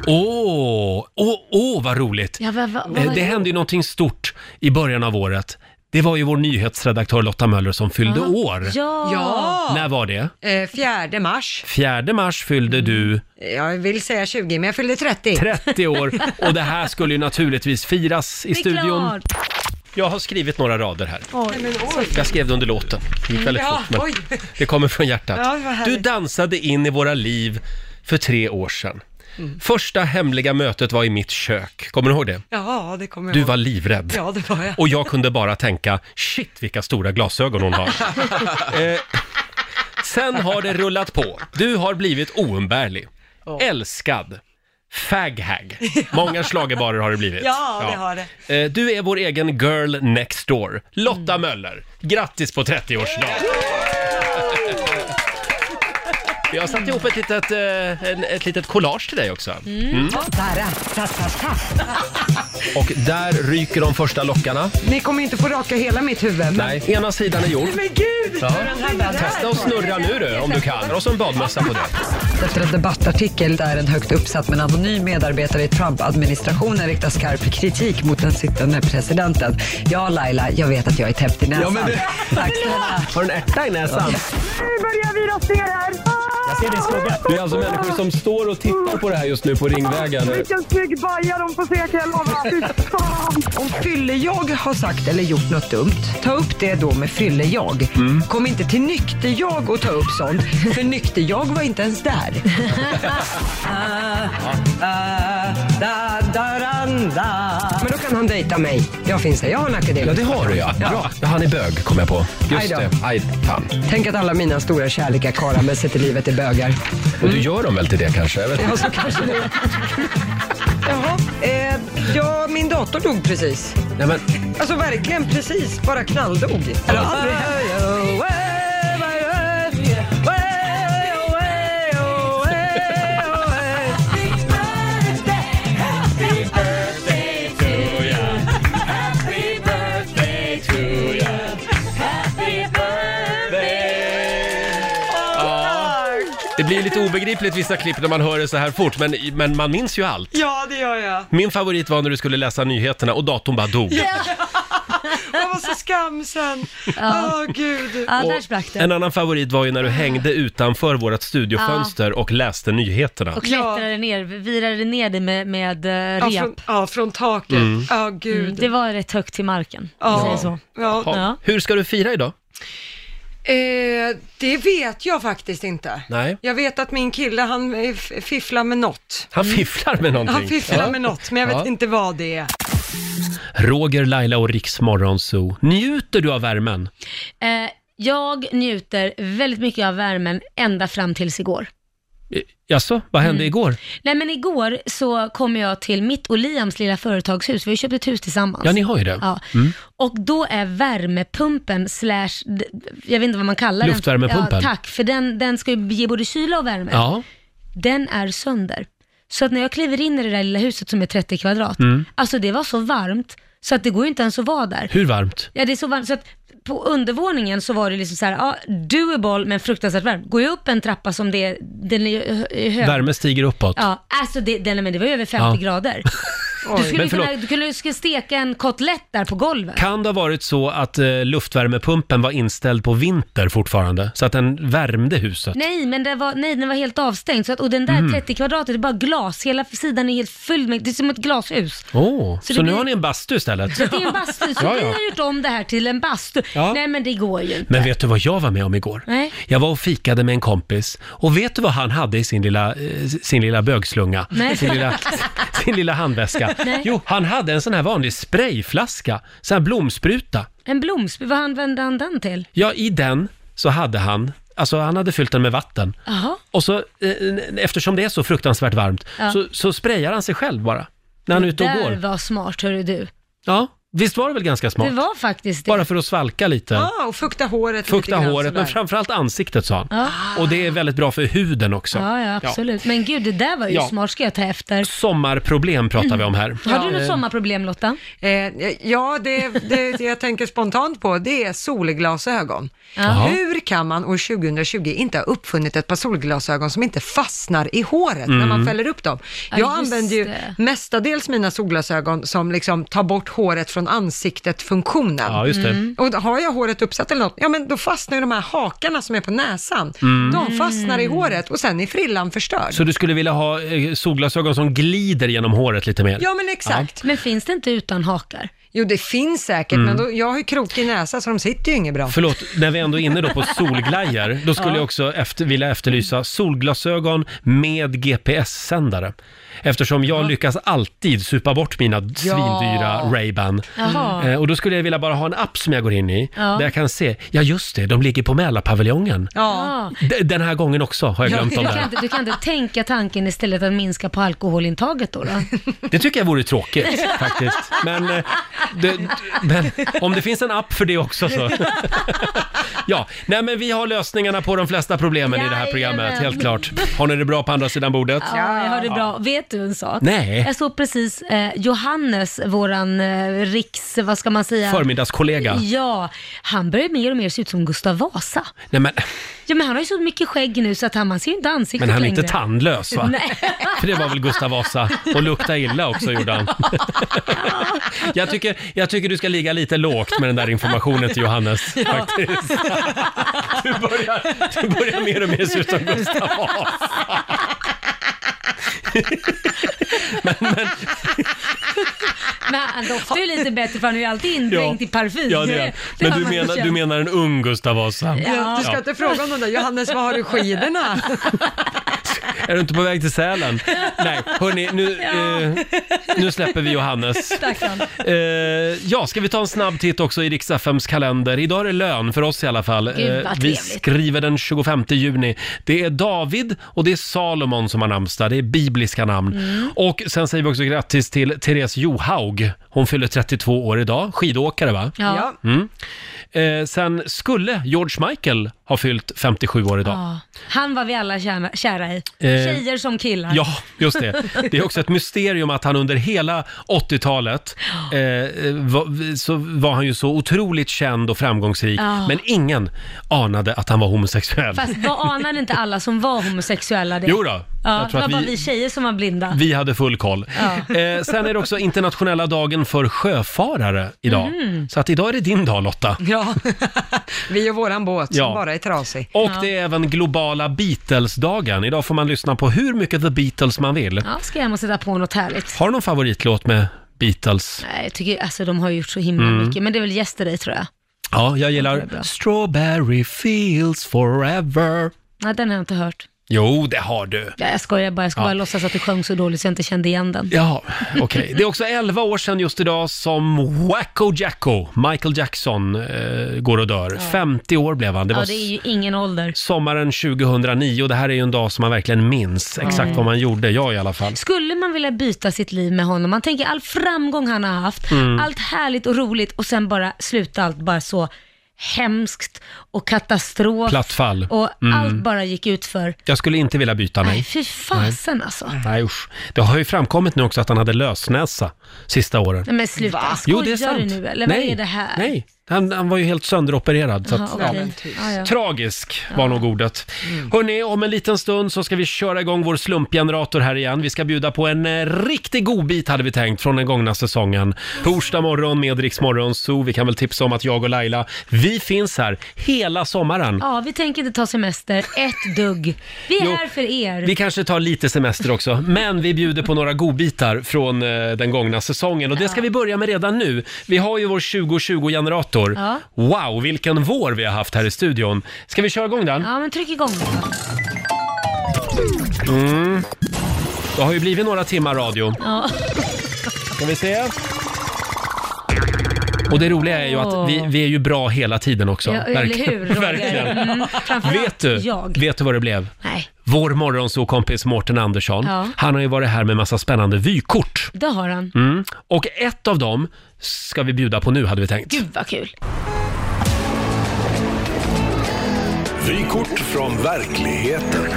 Åh, åh, åh vad roligt!
Ja, vad, vad, vad,
Eh, Det hände ju någonting stort i början av året. Det var ju vår nyhetsredaktör Lotta Möller som fyllde
Ja.
år.
Ah, Ja. Ja.
När var det?
Eh, 4 mars.
4 mars fyllde
Mm.
du
Jag vill säga 20, men jag fyllde 30.
30 år och det här skulle ju naturligtvis firas i
Det är
studion.
klart.
Jag har skrivit några rader här.
Oj. men oj.
Jag skrev det under låten. Det gick väldigt
Ja,
fort, men
oj.
det kommer från hjärtat.
Ja, vad
du
härligt.
dansade in i våra liv för tre år sedan. Första hemliga mötet var i mitt kök. Kommer du ihåg det?
Ja, det kommer jag
Du
ihåg.
var livrädd.
Ja, det var jag.
Och jag kunde bara tänka, shit vilka stora glasögon hon har. eh, sen har det rullat på. Du har blivit oumbärlig. Älskad. Faghag. Många schlagerbarer har det blivit.
Ja, det Mm. har
det. Eh, du är vår egen girl next door. Lotta Möller. Grattis på 30-årsdagen. Jag har satt ihop ett litet, eh, en- ett litet collage till dig också. Mm. Och där ryker de första lockarna.
Ni kommer inte få raka hela mitt huvud.
Nej, ena sidan är gjord.
Men gud!
Ja.
Den här
Testa att snurra nu du, om du kan. Och så en badmössa på det.
Efter en debattartikel där en högt uppsatt men anonym medarbetare i Trump-administrationen riktar skarp kritik mot den sittande presidenten. Ja, Laila, jag vet att jag är täppt i näsan.
Har du en ärta i näsan?
Nu börjar vi rostningar här! Ah!
Jag ser din skugga.
Det är alltså människor som står och tittar på det här just nu på Ringvägen.
Vilken snygg baja de får se kan jag lova. Fy fan.
Om fylle-jag har sagt eller gjort något dumt, ta upp det då med fylle-jag.
Mm.
Kom inte till nykter-jag och ta upp sånt, för nykter-jag var inte ens där. Men då kan han dejta mig. Jag finns där, jag har en akademisk
Ja, det har du ja. Bra. Ja, han är bög, kom jag på. Just
Aj då.
det. Aj, fan.
Tänk att alla mina stora kärlekar karlar med sig till livet är bögar.
Och du gör dem väl till det kanske? Jag vet
Ja,
inte.
så kanske det är. Jaha, eh, ja, min dator dog precis.
Nej, men...
Alltså verkligen precis, bara knalldog. Eller aldrig
Ja. Det blir lite obegripligt vissa klipp när man hör det så här fort, men, men man minns ju allt.
Ja, det gör jag.
Min favorit var när du skulle läsa nyheterna och datorn bara dog.
Jag var så skamsen. Åh, gud.
Ja, där
Och
sprack
En
det.
annan favorit var ju när du hängde utanför vårt studiofönster och läste nyheterna.
Och klättrade ner, virade ner det med, med eh,
Ja,
rep.
från- ja, från taket.
Mm.
Ja, gud.
Mm, det var rätt högt till marken, om
Ja.
vi säger så.
Ja.
Ha. Hur ska du fira idag?
Eh, det vet jag faktiskt inte.
Nej.
Jag vet att min kille, han eh, f- fifflar med något.
Han fifflar med någonting.
Han fifflar
Ja.
med något, men jag vet
Ja.
inte vad det är.
Roger, Laila och Riks Morgonzoo. Njuter du av värmen?
Eh, jag njuter väldigt mycket av värmen ända fram tills igår.
Eh, Jaså, vad hände
Mm.
igår?
Nej men igår så kom jag till mitt och Liams lilla företagshus, vi har ju köpt ett hus tillsammans.
Ja, ni har ju det.
Ja.
Mm.
Och då är värmepumpen slash, d- jag vet inte vad man kallar den.
Luftvärmepumpen.
Ja, tack, för den, den ska ju ge både kyla och värme.
Ja.
Den är sönder. Så att när jag kliver in i det där lilla huset som är 30 kvadrat,
Mm.
alltså det var så varmt så att det går ju inte ens att vara där.
Hur varmt?
Ja, det är så varmt. Så att på undervåningen så var det liksom så här, ja, doable men fruktansvärt varmt. Går jag upp en trappa som det är, den är ju hö- hög.
Värme stiger uppåt.
Ja, alltså det, den, men det var ju över 50
Ja.
grader. Du
Oj.
skulle,
Men
ju kunna,
förlåt.
du kunde ju ska steka en kotlett där på golvet.
Kan det ha varit så att eh, luftvärmepumpen var inställd på vinter fortfarande? Så att den värmde huset?
Nej, men det var, nej, den var helt avstängd. Så att, och den där
Mm.
30 kvadratet, det är bara glas. Hela sidan är helt fylld med, det är som ett glashus.
Åh, oh,
Så
så,
det
nu
blir-
har ni en bastu istället?
Så att det är en bastu. Så
Ja,
vi
ja.
har gjort om det här till en bastu.
Ja.
Nej, men det går ju inte.
Men vet du vad jag var med om igår?
Nej.
Jag var och fikade med en kompis och vet du vad han hade i sin lilla, eh, sin lilla bögslunga?
Nej.
Sin, lilla, sin lilla handväska?
Nej.
Jo, han hade en sån här vanlig sprayflaska, sån här blomspruta.
En bloms, vad använde han den till?
Ja, i den så hade han, alltså han hade fyllt den med vatten.
Jaha.
Och så, eh, n- eftersom det är så fruktansvärt varmt,
Ja.
så, så sprayar han sig själv bara. När han är ute och
där
går.
var smart, hörru du.
Ja, visst var det väl ganska smart?
Det var faktiskt det.
Bara för att svalka lite.
Ja, och fukta håret
Fukta
lite grann
håret,
sådär.
men framförallt ansiktet sa han.
Ja.
Och det är väldigt bra för huden också.
Ja, ja, absolut. Men gud, det där var ju
Ja.
smart. Ska jag ta efter?
Sommarproblem pratar vi om här.
Mm. Har du något
Eh,
sommarproblem Lotta?
Eh, ja, det, det, det jag tänker spontant på, det är solglasögon.
Jaha.
Hur kan man år 2020 inte ha uppfunnit ett par solglasögon som inte fastnar i håret när man
Mm.
fäller upp dem? jag
Ja, just
använder ju
det.
mestadels mina solglasögon som liksom tar bort håret från ansiktet-funktionen.
Ja, just det. Mm.
Och då har jag håret uppsatt eller något, ja men då fastnar ju de här hakarna som är på näsan.
Mm.
De fastnar i håret och sen är frillan förstörd.
Så du skulle vilja ha eh, solglasögon som glider genom håret lite mer?
Ja, men exakt.
Men finns det inte utan hakar?
Jo, det finns säkert,
Mm.
men då, jag har ju krokig näsa så de sitter ju inget bra.
Ja. Förlåt, när vi ändå är inne då på solglajjor, då skulle
Ja.
jag också efter, vilja efterlysa solglasögon med GPS-sändare. Eftersom jag lyckas alltid supa bort mina svindyra Ray-Ban.
Jaha.
Eh, och då skulle jag vilja bara ha en app som jag går in i,
Ja.
där jag kan se, ja just det, de ligger på Mälarpaviljongen.
Ja.
D- Den här gången också har jag glömt
du,
om det
kan
här.
inte, du kan inte tänka tanken istället att minska på alkoholintaget då? då?
Det tycker jag vore tråkigt faktiskt. Men, eh, det, men om det finns en app för det också så. Ja, nej men vi har lösningarna på de flesta problemen i det här programmet,
Jajamän.
helt klart. Har ni det bra på andra sidan bordet?
Ja, jag har det bra. Vet du en sak?
Nej.
Jag såg precis eh, Johannes, våran eh, riks, vad ska man säga?
Förmiddagskollega.
Ja, han börjar mer och mer se ut som Gustav Vasa.
Nej men,
Ja, men han har ju så mycket skägg nu så att han, man ser ju inte ansiktet
men han är
längre.
inte tandlös va?
Nej.
För det var väl Gustav Vasa och lukta illa också gjorde han. Jag tycker tycker, jag tycker du ska ligga lite lågt med den där informationen till Johannes.
Ja.
Faktiskt. Du, börjar, du börjar mer och mer se ut som Gustav Vasa.
Men han doftar ju lite bättre för han är ju alltid indränkt i parfym.
Ja, det är.
har
Men du
man ju
menar,
känt.
du menar en ung Gustav Vasa?
Du ska
Ja.
inte fråga om de där, Johannes, var har du skidorna?
Är du inte på väg till Sälen? Nej, hörni, nu, eh, nu släpper vi Johannes.
Stackarn.
Eh, ja, ska vi ta en snabb titt också i riks FMs kalender? Idag är det lön för oss i alla fall. Eh,
Gud, vad
vi
trevligt.
skriver den 25 juni. Det är David och det är Salomon som har namnsdag. Det är bibliska namn.
Mm.
Och sen säger vi också grattis till Therese Johaug. Hon fyller 32 år idag. Skidåkare va?
Ja.
Mm. Eh, sen skulle George Michael ha fyllt 57 år idag.
Ja. Han var vi alla kära, kära i. Tjejer som killar.
Eh, Ja, just det. Det är också ett mysterium att han under hela 80-talet eh, var, så var han ju så otroligt känd och framgångsrik.
Ja.
Men ingen anade att han var homosexuell.
Fast vad anade inte alla som var homosexuella det?
Jo då. Jag
Ja,
tror
det var
att
bara
vi-
vi tjejer som var blinda.
Vi hade full koll.
Ja.
Eh, sen är det också internationella dagen för sjöfarare idag.
Mhm.
Så att idag är det din dag Lotta.
Ja, vi och våran båt som
Ja.
bara är trasig.
Och det är även globala Beatles-dagen. Idag får man lyssna på hur mycket The Beatles man vill.
Ja, ska jag hem och sätta på något härligt.
Har du någon favoritlåt med Beatles?
Nej, jag tycker, alltså de har gjort så himla
Mm.
mycket, men det är väl Yesterday tror jag.
Ja, jag gillar Strawberry Fields Forever.
Nej, den har jag inte hört.
Jo, det har du.
Ja, jag skojar bara, jag ska
Ja.
bara låtsas att du sjöng så dåligt så jag inte kände igen den.
Ja, okej. Det är också 11 år sedan just idag som Wacko Jacko, Michael Jackson, eh, går och dör. 50 år blev han. Det var
ja, det är ju ingen ålder.
sommaren 2009. Det här är ju en dag som man verkligen minns
Ja.
exakt vad man gjorde. Jag i alla fall.
Skulle man vilja byta sitt liv med honom? Man tänker all framgång han har haft,
Mm.
allt härligt och roligt och sen bara sluta allt bara så hemskt och katastrof.
Platt fall.
Och
Mm.
allt bara gick ut för.
Jag skulle inte vilja byta mig.
Nej, fy fasen alltså. Nej.
Nej, usch. Det har ju framkommit nu också att han hade lösnäsa sista åren.
men sluta, skojar
Jo, det är sant.
du nu eller
nej,
vad är det här?
Nej, han, han var ju helt sönderopererad. Så
Jaha,
att,
okej. Ja, ja.
Tragisk var nog ordet. Hörni, om en liten stund så ska vi köra igång vår slumpgenerator här igen. Vi ska bjuda på en eh, riktig godbit hade vi tänkt från den gångna säsongen. Torsdag morgon med Rix Morgon Zoo. Vi kan väl tipsa om att jag och Laila, vi finns här hela sommaren.
Ja, vi tänker inte ta semester ett dugg. Vi är
Jo,
här för er.
Vi kanske tar lite semester också, men vi bjuder på några godbitar från eh, den gångna säsongen och det ska vi börja med redan nu. Vi har ju vår 2020-generator.
Ja.
Wow, vilken vår vi har haft här i studion. Ska vi köra igång den?
Ja, men tryck igång då.
Mm. Det har ju blivit några timmar radio.
Ja.
Ska vi se? Och det roliga är ju att vi, vi är ju bra hela tiden också.
Ja, eller
Verkligen.
hur, Roger?
Verkligen.
Mm, framförallt
Vet du,
jag.
vet du vad det blev?
Nej,
Vår morgonsåkompis Mårten Andersson,
Ja.
han har ju varit här med massa spännande vykort.
det har han.
Mm. Och ett av dem ska vi bjuda på nu hade vi tänkt.
Gud vad kul.
Vykort från verkligheten.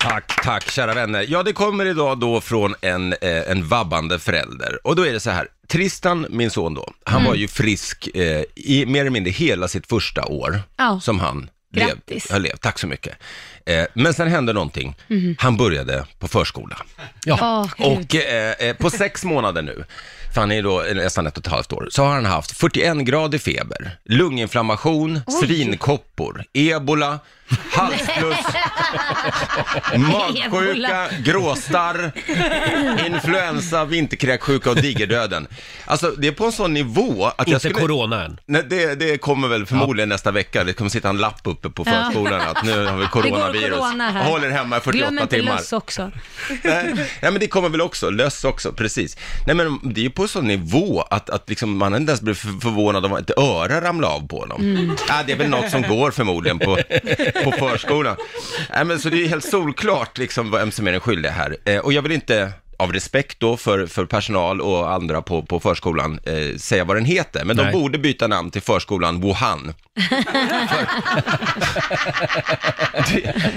Tack, tack kära vänner. Ja, det kommer idag då från en, eh, en vabbande förälder. Och då är det så här, Tristan, min son då, han
Mm.
var ju frisk eh, i mer eller mindre hela sitt första år
Ja.
som han
Grattis.
har levt. Tack så mycket. Eh, men sen hände någonting.
Mhm.
Han började på förskola.
Ja.
Och eh, eh, på sex månader nu, för han är ju då nästan ett och ett halvt år, så har han haft 41 grader feber, lunginflammation,
Oj.
svinkoppor, ebola, halsfluss, magsjuka,
Ebola.
gråstarr, influensa, vinterkräksjuka och digerdöden. Alltså det är på en sån nivå att
Inte
jag skulle...
corona än.
Nej, det, det kommer väl förmodligen nästa vecka. Det kommer sitta en lapp uppe på
Ja.
förskolan att nu har vi coronavirus.
Det går corona här.
Håller hemma i 48
Glöm inte
timmar.
löss också.
Nej, nej, men det kommer väl också, löss också, precis. Nej, men det är ju på sån nivå att, att liksom man inte ens blir för- förvånad om att ett öra ramlade av på honom.
Mm.
Ja, det är väl något som går förmodligen på, på förskolan. Nej, men så det är ju helt solklart liksom vem som är den skyldiga här. Eh, och jag vill inte av respekt då för, för personal och andra på, på förskolan eh, säga vad den heter, men
Nej.
de borde byta namn till förskolan Wuhan.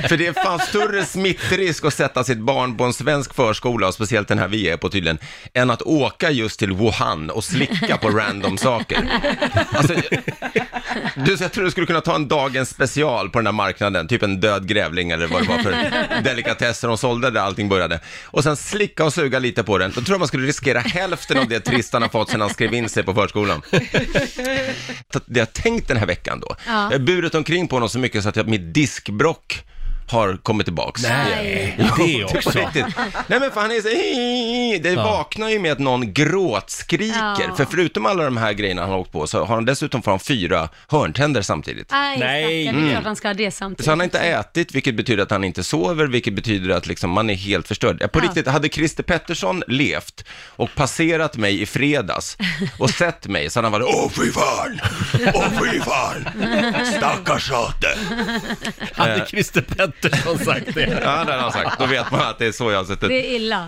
För det är fan större smittrisk att sätta sitt barn på en svensk förskola, och speciellt den här vi är på tydligen, än att åka just till Wuhan och slicka på random saker. Alltså, du, så jag tror du skulle kunna ta en dagens special på den här marknaden, typ en död grävling eller vad det var för delikatesser de sålde där allting började. Och sen slicka och suga lite på den, då tror jag man skulle riskera hälften av det Tristan har fått sedan han skrev in sig på förskolan. Så att det jag tänkt den här veckan då,
Ja.
jag har burit omkring på honom så mycket så att jag, mitt diskbrock har kommit tillbaks.
Nej,
Jo,
det
är på
också.
riktigt. Nej men för han är så, det
Ja.
vaknar ju med att någon gråtskriker.
Ja.
För förutom alla de här grejerna han har åkt på så har han dessutom får han fyra hörntänder samtidigt.
Aj, Nej.
Mm.
stackarn, det är klart han ska ha det samtidigt.
Så han har inte ätit, vilket betyder att han inte sover, vilket betyder att liksom man är helt förstörd. Ja, På
Ja.
riktigt, hade Christer Pettersson levt och passerat mig i fredags och sett mig så hade han varit åh fy fan, åh fy fan, stackars sate.
Hade Christer Pettersson sagt det?
Eh, Ja, det hade han sagt. Då vet man att det är så jag har sett ut.
Det är illa.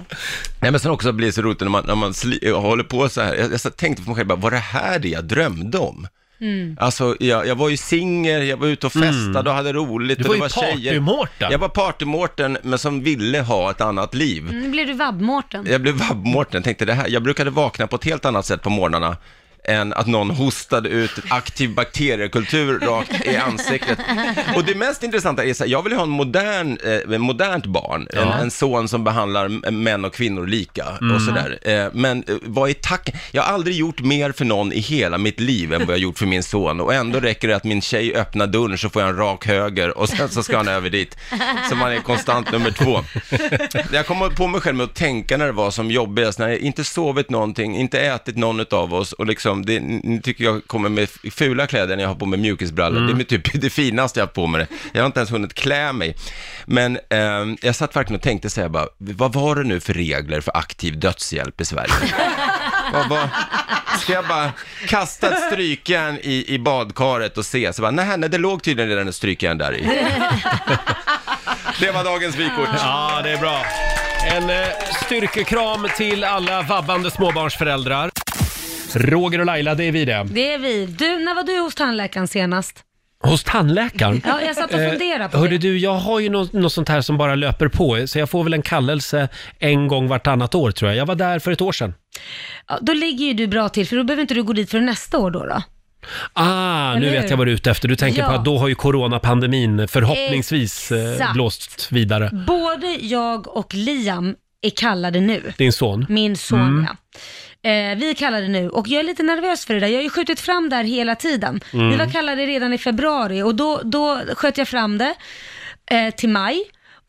Nej men sen också blir det så roligt när man, när man sli, eh, håller på så här. Jag, jag satt- tänkte på mig själv, bara, var det här det jag drömde om?
Mm.
Alltså jag, jag var ju singel, jag var ute och festade och hade roligt.
Mm. Du
och det
var ju
var tjejer.
party-Mårten.
Jag var party-Mårten, men som ville ha ett annat liv.
Nu blev du vabb-Mårten.
Mm. Jag blev vabb-Mårten, tänkte det här. Jag brukade vakna på ett helt annat sätt på morgnarna än att någon hostade ut aktiv bakteriekultur rakt i ansiktet. Och det mest intressanta är så här, jag vill ju ha en modern, eh, en modernt barn, en,
Ja.
en son som behandlar m- män och kvinnor lika
Mm.
och sådär. Eh, men eh, vad är tack? Jag har aldrig gjort mer för någon i hela mitt liv än vad jag gjort för min son och ändå räcker det att min tjej öppnar dörren så får jag en rak höger och sen så ska han över dit. Så man är konstant nummer två. Jag kom på mig själv med att tänka när det var som jobbigast, när jag inte sovit någonting, inte ätit någon av oss och liksom, det, ni tycker jag kommer med fula kläder när jag har på mig mjukisbrallor.
Mm.
Det är typ det finaste jag har på mig. Jag har inte ens hunnit klä mig. Men ehm, jag satt verkligen och tänkte så här bara, vad var det nu för regler för aktiv dödshjälp i Sverige? vad, vad, ska jag bara kasta ett strykjärn i, i badkaret och se? Så bara, nej, nej, det låg tydligen redan ett strykjärn där i. Det var dagens vykort.
Ja, det är bra. En eh, styrkekram till alla vabbande småbarnsföräldrar. Roger och Laila, det är vi det.
Det är vi. Du, när var du hos tandläkaren senast?
Hos tandläkaren?
Ja, jag satt och
Eh,
funderade på
Hörde du, jag har ju något, något sånt här som bara löper på, så jag får väl en kallelse en gång vartannat år tror jag. Jag var där för ett år sedan.
Ja, då ligger ju du bra till, för då behöver inte du gå dit för nästa år då. då.
Ah, nu
Eller
vet
hur?
jag vad du är ute efter. Du tänker
Ja.
på att då har ju coronapandemin förhoppningsvis eh,
Exakt.
blåst vidare.
Både jag och Liam är kallade nu.
Din son?
Min son,
Mm.
ja. Eh, vi är kallade nu och jag är lite nervös för det där. Jag har ju skjutit fram där hela tiden.
Mm.
Vi var kallade redan i februari och då, då sköt jag fram det eh, till maj.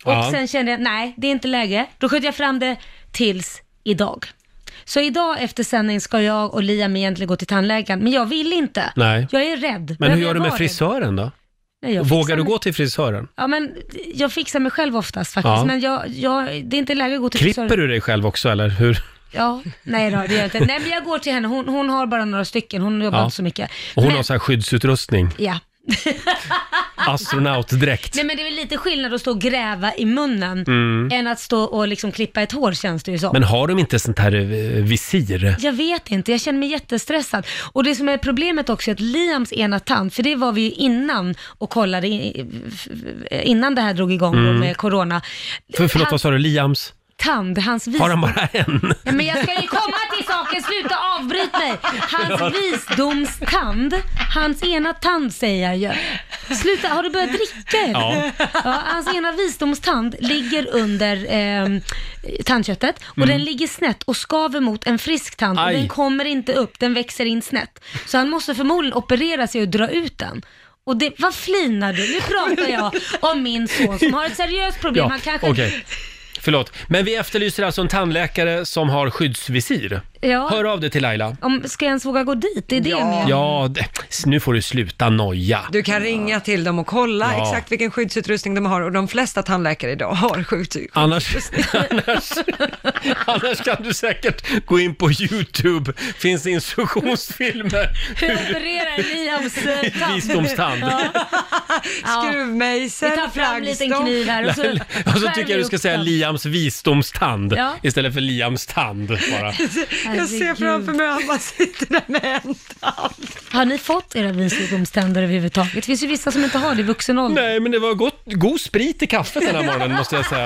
Och
Ja.
sen kände jag, nej det är inte läge. Då sköt jag fram det tills idag. Så idag efter sändning ska jag och Liam egentligen gå till tandläkaren, men jag vill inte.
Nej.
Jag är rädd.
Men
Jag
hur gör du
vill
med
vara
frisören då?
rädd. Nej, jag fixar
Vågar du
mig.
gå till frisören?
Ja, men jag fixar mig själv oftast faktiskt,
Ja.
men jag, jag, det är inte läge att gå till
Klipper
frisören.
du dig själv också eller hur?
Ja, nej då, det gör jag inte. Nej, men jag går till henne. Hon, hon har bara några stycken, hon jobbar
Ja.
inte så mycket.
Och hon
men,
har så här skyddsutrustning,
Ja.
Alltså. astronautdräkt.
Nej, men det är väl lite skillnad att stå och gräva i munnen
Mm.
än att stå och liksom klippa ett hår känns det ju som.
Men har de inte sånt här eh, visir?
Jag vet inte, jag känner mig jättestressad. Och det som är problemet också är att Liams ena tand, för det var vi ju innan och kollade i- innan det här drog igång då
Mm.
med corona.
För, förlåt, vad sa du? Liams?
Tand, hans vis...
Har han bara en?
Ja, men jag ska ju komma till saken, sluta avbryt mig.
Ja.
Hans visdomstand, hans ena tand säger jag ju. Sluta, har du börjat dricka eller?
Ja.
Ja, hans ena visdomstand ligger under eh, tandköttet och
Mm.
den ligger snett och skaver mot en frisk tand och
Aj.
den kommer inte upp, den växer in snett. Så han måste förmodligen operera sig och dra ut den. Och det, vad flinar du? Nu pratar jag om min son som har ett seriöst problem.
Ja,
han kanske
okej. Förlåt. Men vi efterlyser alltså en tandläkare som har skyddsvisir.
Ja.
Hör av dig till Laila.
Om, ska jag ens våga gå dit? Det är det jag menar.
Ja, det, nu får du sluta noja.
Du kan ringa till dem och kolla
Ja.
exakt vilken skyddsutrustning de har och de flesta tandläkare idag har skyddsutrustning.
Annars, annars, annars kan du säkert gå in på YouTube, finns instruktionsfilmer.
Hur opererar Liams eh, tand?
Visdomstand.
Skruvmejsel,
Vi tar fram en liten
flaggstång.
kniv här och så
Och så
alltså, skär
tycker
vi
jag du
upp
ska säga
den.
Liams visdomstand
Ja.
istället för Liams tand bara.
Jag ser framför mig att alla sitter där med en tand.
Har ni fått era visdomständer överhuvudtaget? Det finns ju vissa som inte har det i vuxen ålder.
Nej, men det var gott, god sprit i kaffet den här morgonen måste jag säga.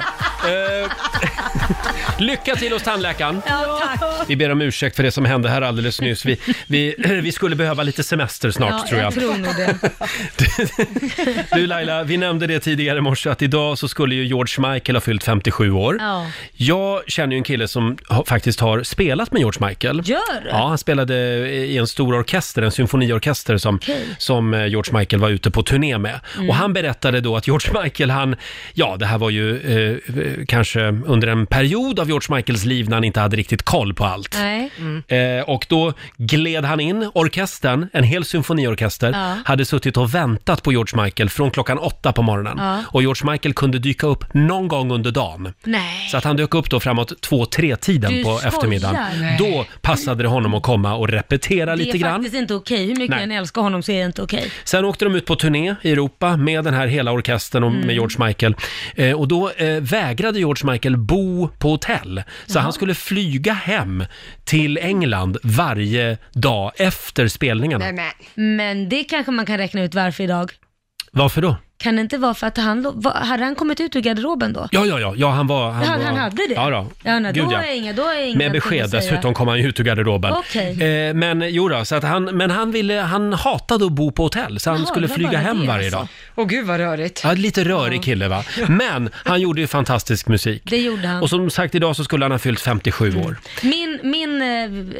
Eh, lycka till hos tandläkaren.
Ja, tack.
Vi ber om ursäkt för det som hände här alldeles nyss. Vi, vi, vi skulle behöva lite semester snart
ja,
tror jag.
tror nog det.
Du Laila, vi nämnde det tidigare i morse att idag så skulle ju George Michael ha fyllt 57 år.
Ja.
Jag känner ju en kille som ha, faktiskt har spelat med George Michael.
Gör du?
Ja, han spelade i en stor orkester, en symfoniorkester som,
Okej.
som eh, George Michael var ute på turné med.
Mm.
Och han berättade då att George Michael, han, ja det här var ju eh, kanske under en period av George Michaels liv när han inte hade riktigt koll på allt.
Nej.
Mm.
Eh, och då gled han in, orkestern, en hel symfoniorkester,
Ja.
hade suttit och väntat på George Michael från klockan åtta på morgonen.
Ja.
Och George Michael kunde dyka upp någon gång under dagen.
Nej.
Så att han dök upp då framåt två-tre-tiden
Du
på
skojar.
eftermiddagen.
Nej.
Då passade det honom att komma och repetera
Det
lite
är
grann.
faktiskt inte okej. Hur mycket
Nej.
jag än älskar honom så är det inte okej.
Sen åkte de ut på turné i Europa med den här hela orkestern och
Mm.
med George Michael. Eh, och då eh, vägrade George Michael bo på hotell. Så han skulle flyga hem till England varje dag efter spelningarna.
men. men det kanske man kan räkna ut varför idag.
Varför då?
Kan det inte vara för att han, lo- va- hade han kommit ut ur garderoben då?
Ja, ja, ja, ja han var...
Han,
var,
han hade det?
Ja, då.
ja nej,
Gud,
då
ja.
är inga, då är inga
Med besked dessutom kom han ju ut ur garderoben.
Okej.
Eh, men jo då, så att han, men han, ville, han hatade att bo på hotell så han
Jaha,
skulle
det var
flyga
bara
hem
det,
varje
alltså.
dag.
Åh gud vad rörigt.
Ja, lite rörig kille va. Men han gjorde ju fantastisk musik.
Det Mm. gjorde han.
Och som sagt, idag så skulle han ha fyllt 57 år.
Min, min eh,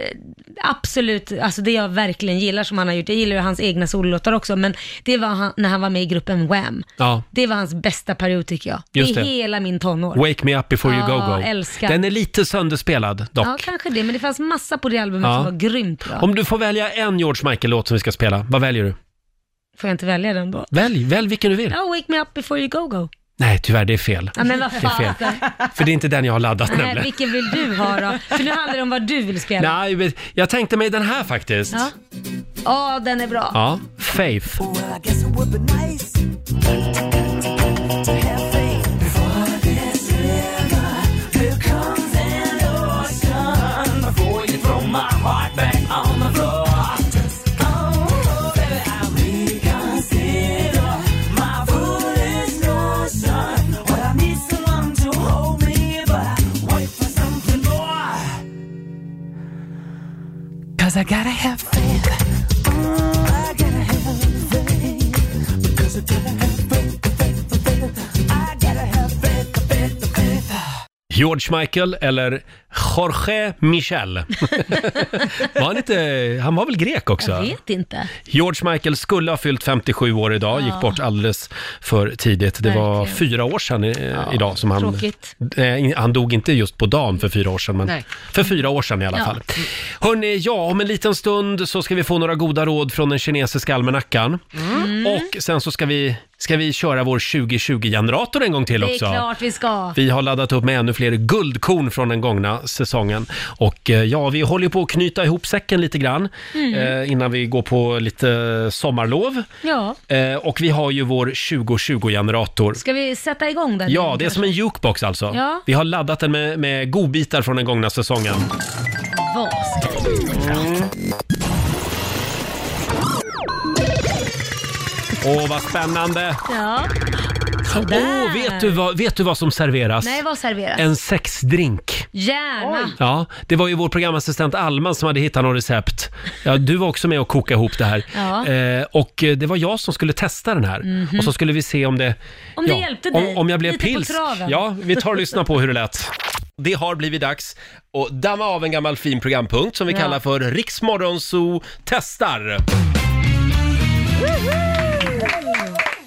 absolut, alltså det jag verkligen gillar som han har gjort, jag gillar ju hans egna sololåtar också, men det var han, när han var med i gruppen Wham.
Ja.
Det var hans bästa period tycker jag.
Just
det är
det.
hela min tonår.
Wake me up before you
Ja,
go go.
älskar.
Den är lite sönderspelad dock.
Ja, kanske det, men det fanns massa på det albumet
Ja.
som var grymt bra.
Om du får välja en George Michael-låt som vi ska spela, vad väljer du?
Får jag inte välja den då?
Välj, välj vilken du vill.
Ja, Wake Me Up Before You Go Go.
Nej, tyvärr, det är fel.
Ja, men vad
Det är
fan.
fel. För det är inte den jag har laddat
Nej,
nämligen.
vilken vill du ha då? För nu handlar det om vad du vill spela.
Nej, men jag tänkte mig den här faktiskt.
Ja, Ja, den är bra.
Ja, Faith.
Oh, Cause I gotta have faith. I gotta have faith. Because I gotta have faith, faith, faith. I gotta have faith, faith, faith.
George Michael eller Jorge Michel. var han, inte, han var väl grek också?
Jag vet inte.
George Michael skulle ha fyllt 57 år idag,
Ja.
gick bort alldeles för tidigt. Det var
Verkligen.
fyra år sedan i, idag som han...
tråkigt.
Eh, han dog inte just på dagen för fyra år sedan, men
Nej.
för fyra år sedan i alla
Ja.
fall. Hörni, ja, om en liten stund så ska vi få några goda råd från den kinesiska
Mm.
almanackan. Och sen så ska vi, ska vi köra vår 2020-generator en gång till
Det är
också.
klart vi ska.
Vi har laddat upp med ännu fler guldkorn från den gångna säsongen. Och eh, ja, vi håller ju på att knyta ihop säcken lite grann
Mm.
eh, innan vi går på lite sommarlov.
Ja,
Eh, och vi har ju vår 2020-generator.
ska vi sätta igång den?
Ja, det är som en jukebox alltså.
Ja.
Vi har laddat den med, med godbitar från den gångna säsongen.
Vad ska vi göra?
Åh, vad spännande!
Ja.
Åh,
Sådär.
vet, du vad, vet du vad som serveras?
Nej, vad serveras?
En sexdrink.
Gärna.
Ja, det var ju vår programassistent Alma som hade hittat något recept. Ja, du var också med och kokade ihop det här.
Ja.
Eh, och eh, det var jag som skulle testa den här.
Mhm.
Och så skulle vi se om det...
Om det hjälpte dig.
Om, om jag blev
Lite på
pils.
traven.
Ja, vi tar och lyssnar på hur det lät. Det har blivit dags att damma av en gammal fin programpunkt som vi
Ja.
kallar för Riksmorgonzoo testar.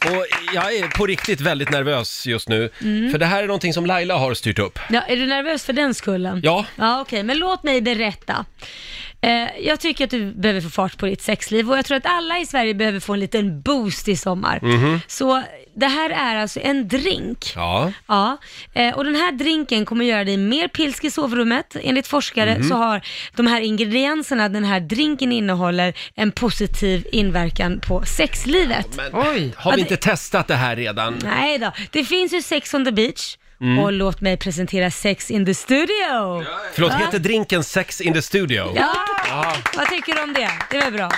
Och jag är på riktigt väldigt nervös just nu,
Mm.
för det här är någonting som Laila har styrt upp.
Ja, är du nervös för den skullen?
Ja.
Ja, okej, men låt mig berätta. Eh, jag tycker att du behöver få fart på ditt sexliv och jag tror att alla i Sverige behöver få en liten boost i sommar.
Mhm.
Så det här är alltså en drink.
Ja.
Ja, eh, och den här drinken kommer göra dig mer pilsk i sovrummet. Enligt forskare
Mhm.
så har de här ingredienserna den här drinken innehåller en positiv inverkan på sexlivet.
Har
Ja,
vi
det-
inte testat det här redan?
Nej då, det finns ju Sex on the beach Mm.
Mm.
Och låt mig presentera Sex in the Studio.
Förlåt,
Va?
heter drinken Sex in the Studio?
Ja.
Ja,
Vad tycker du om det? Det är väl bra?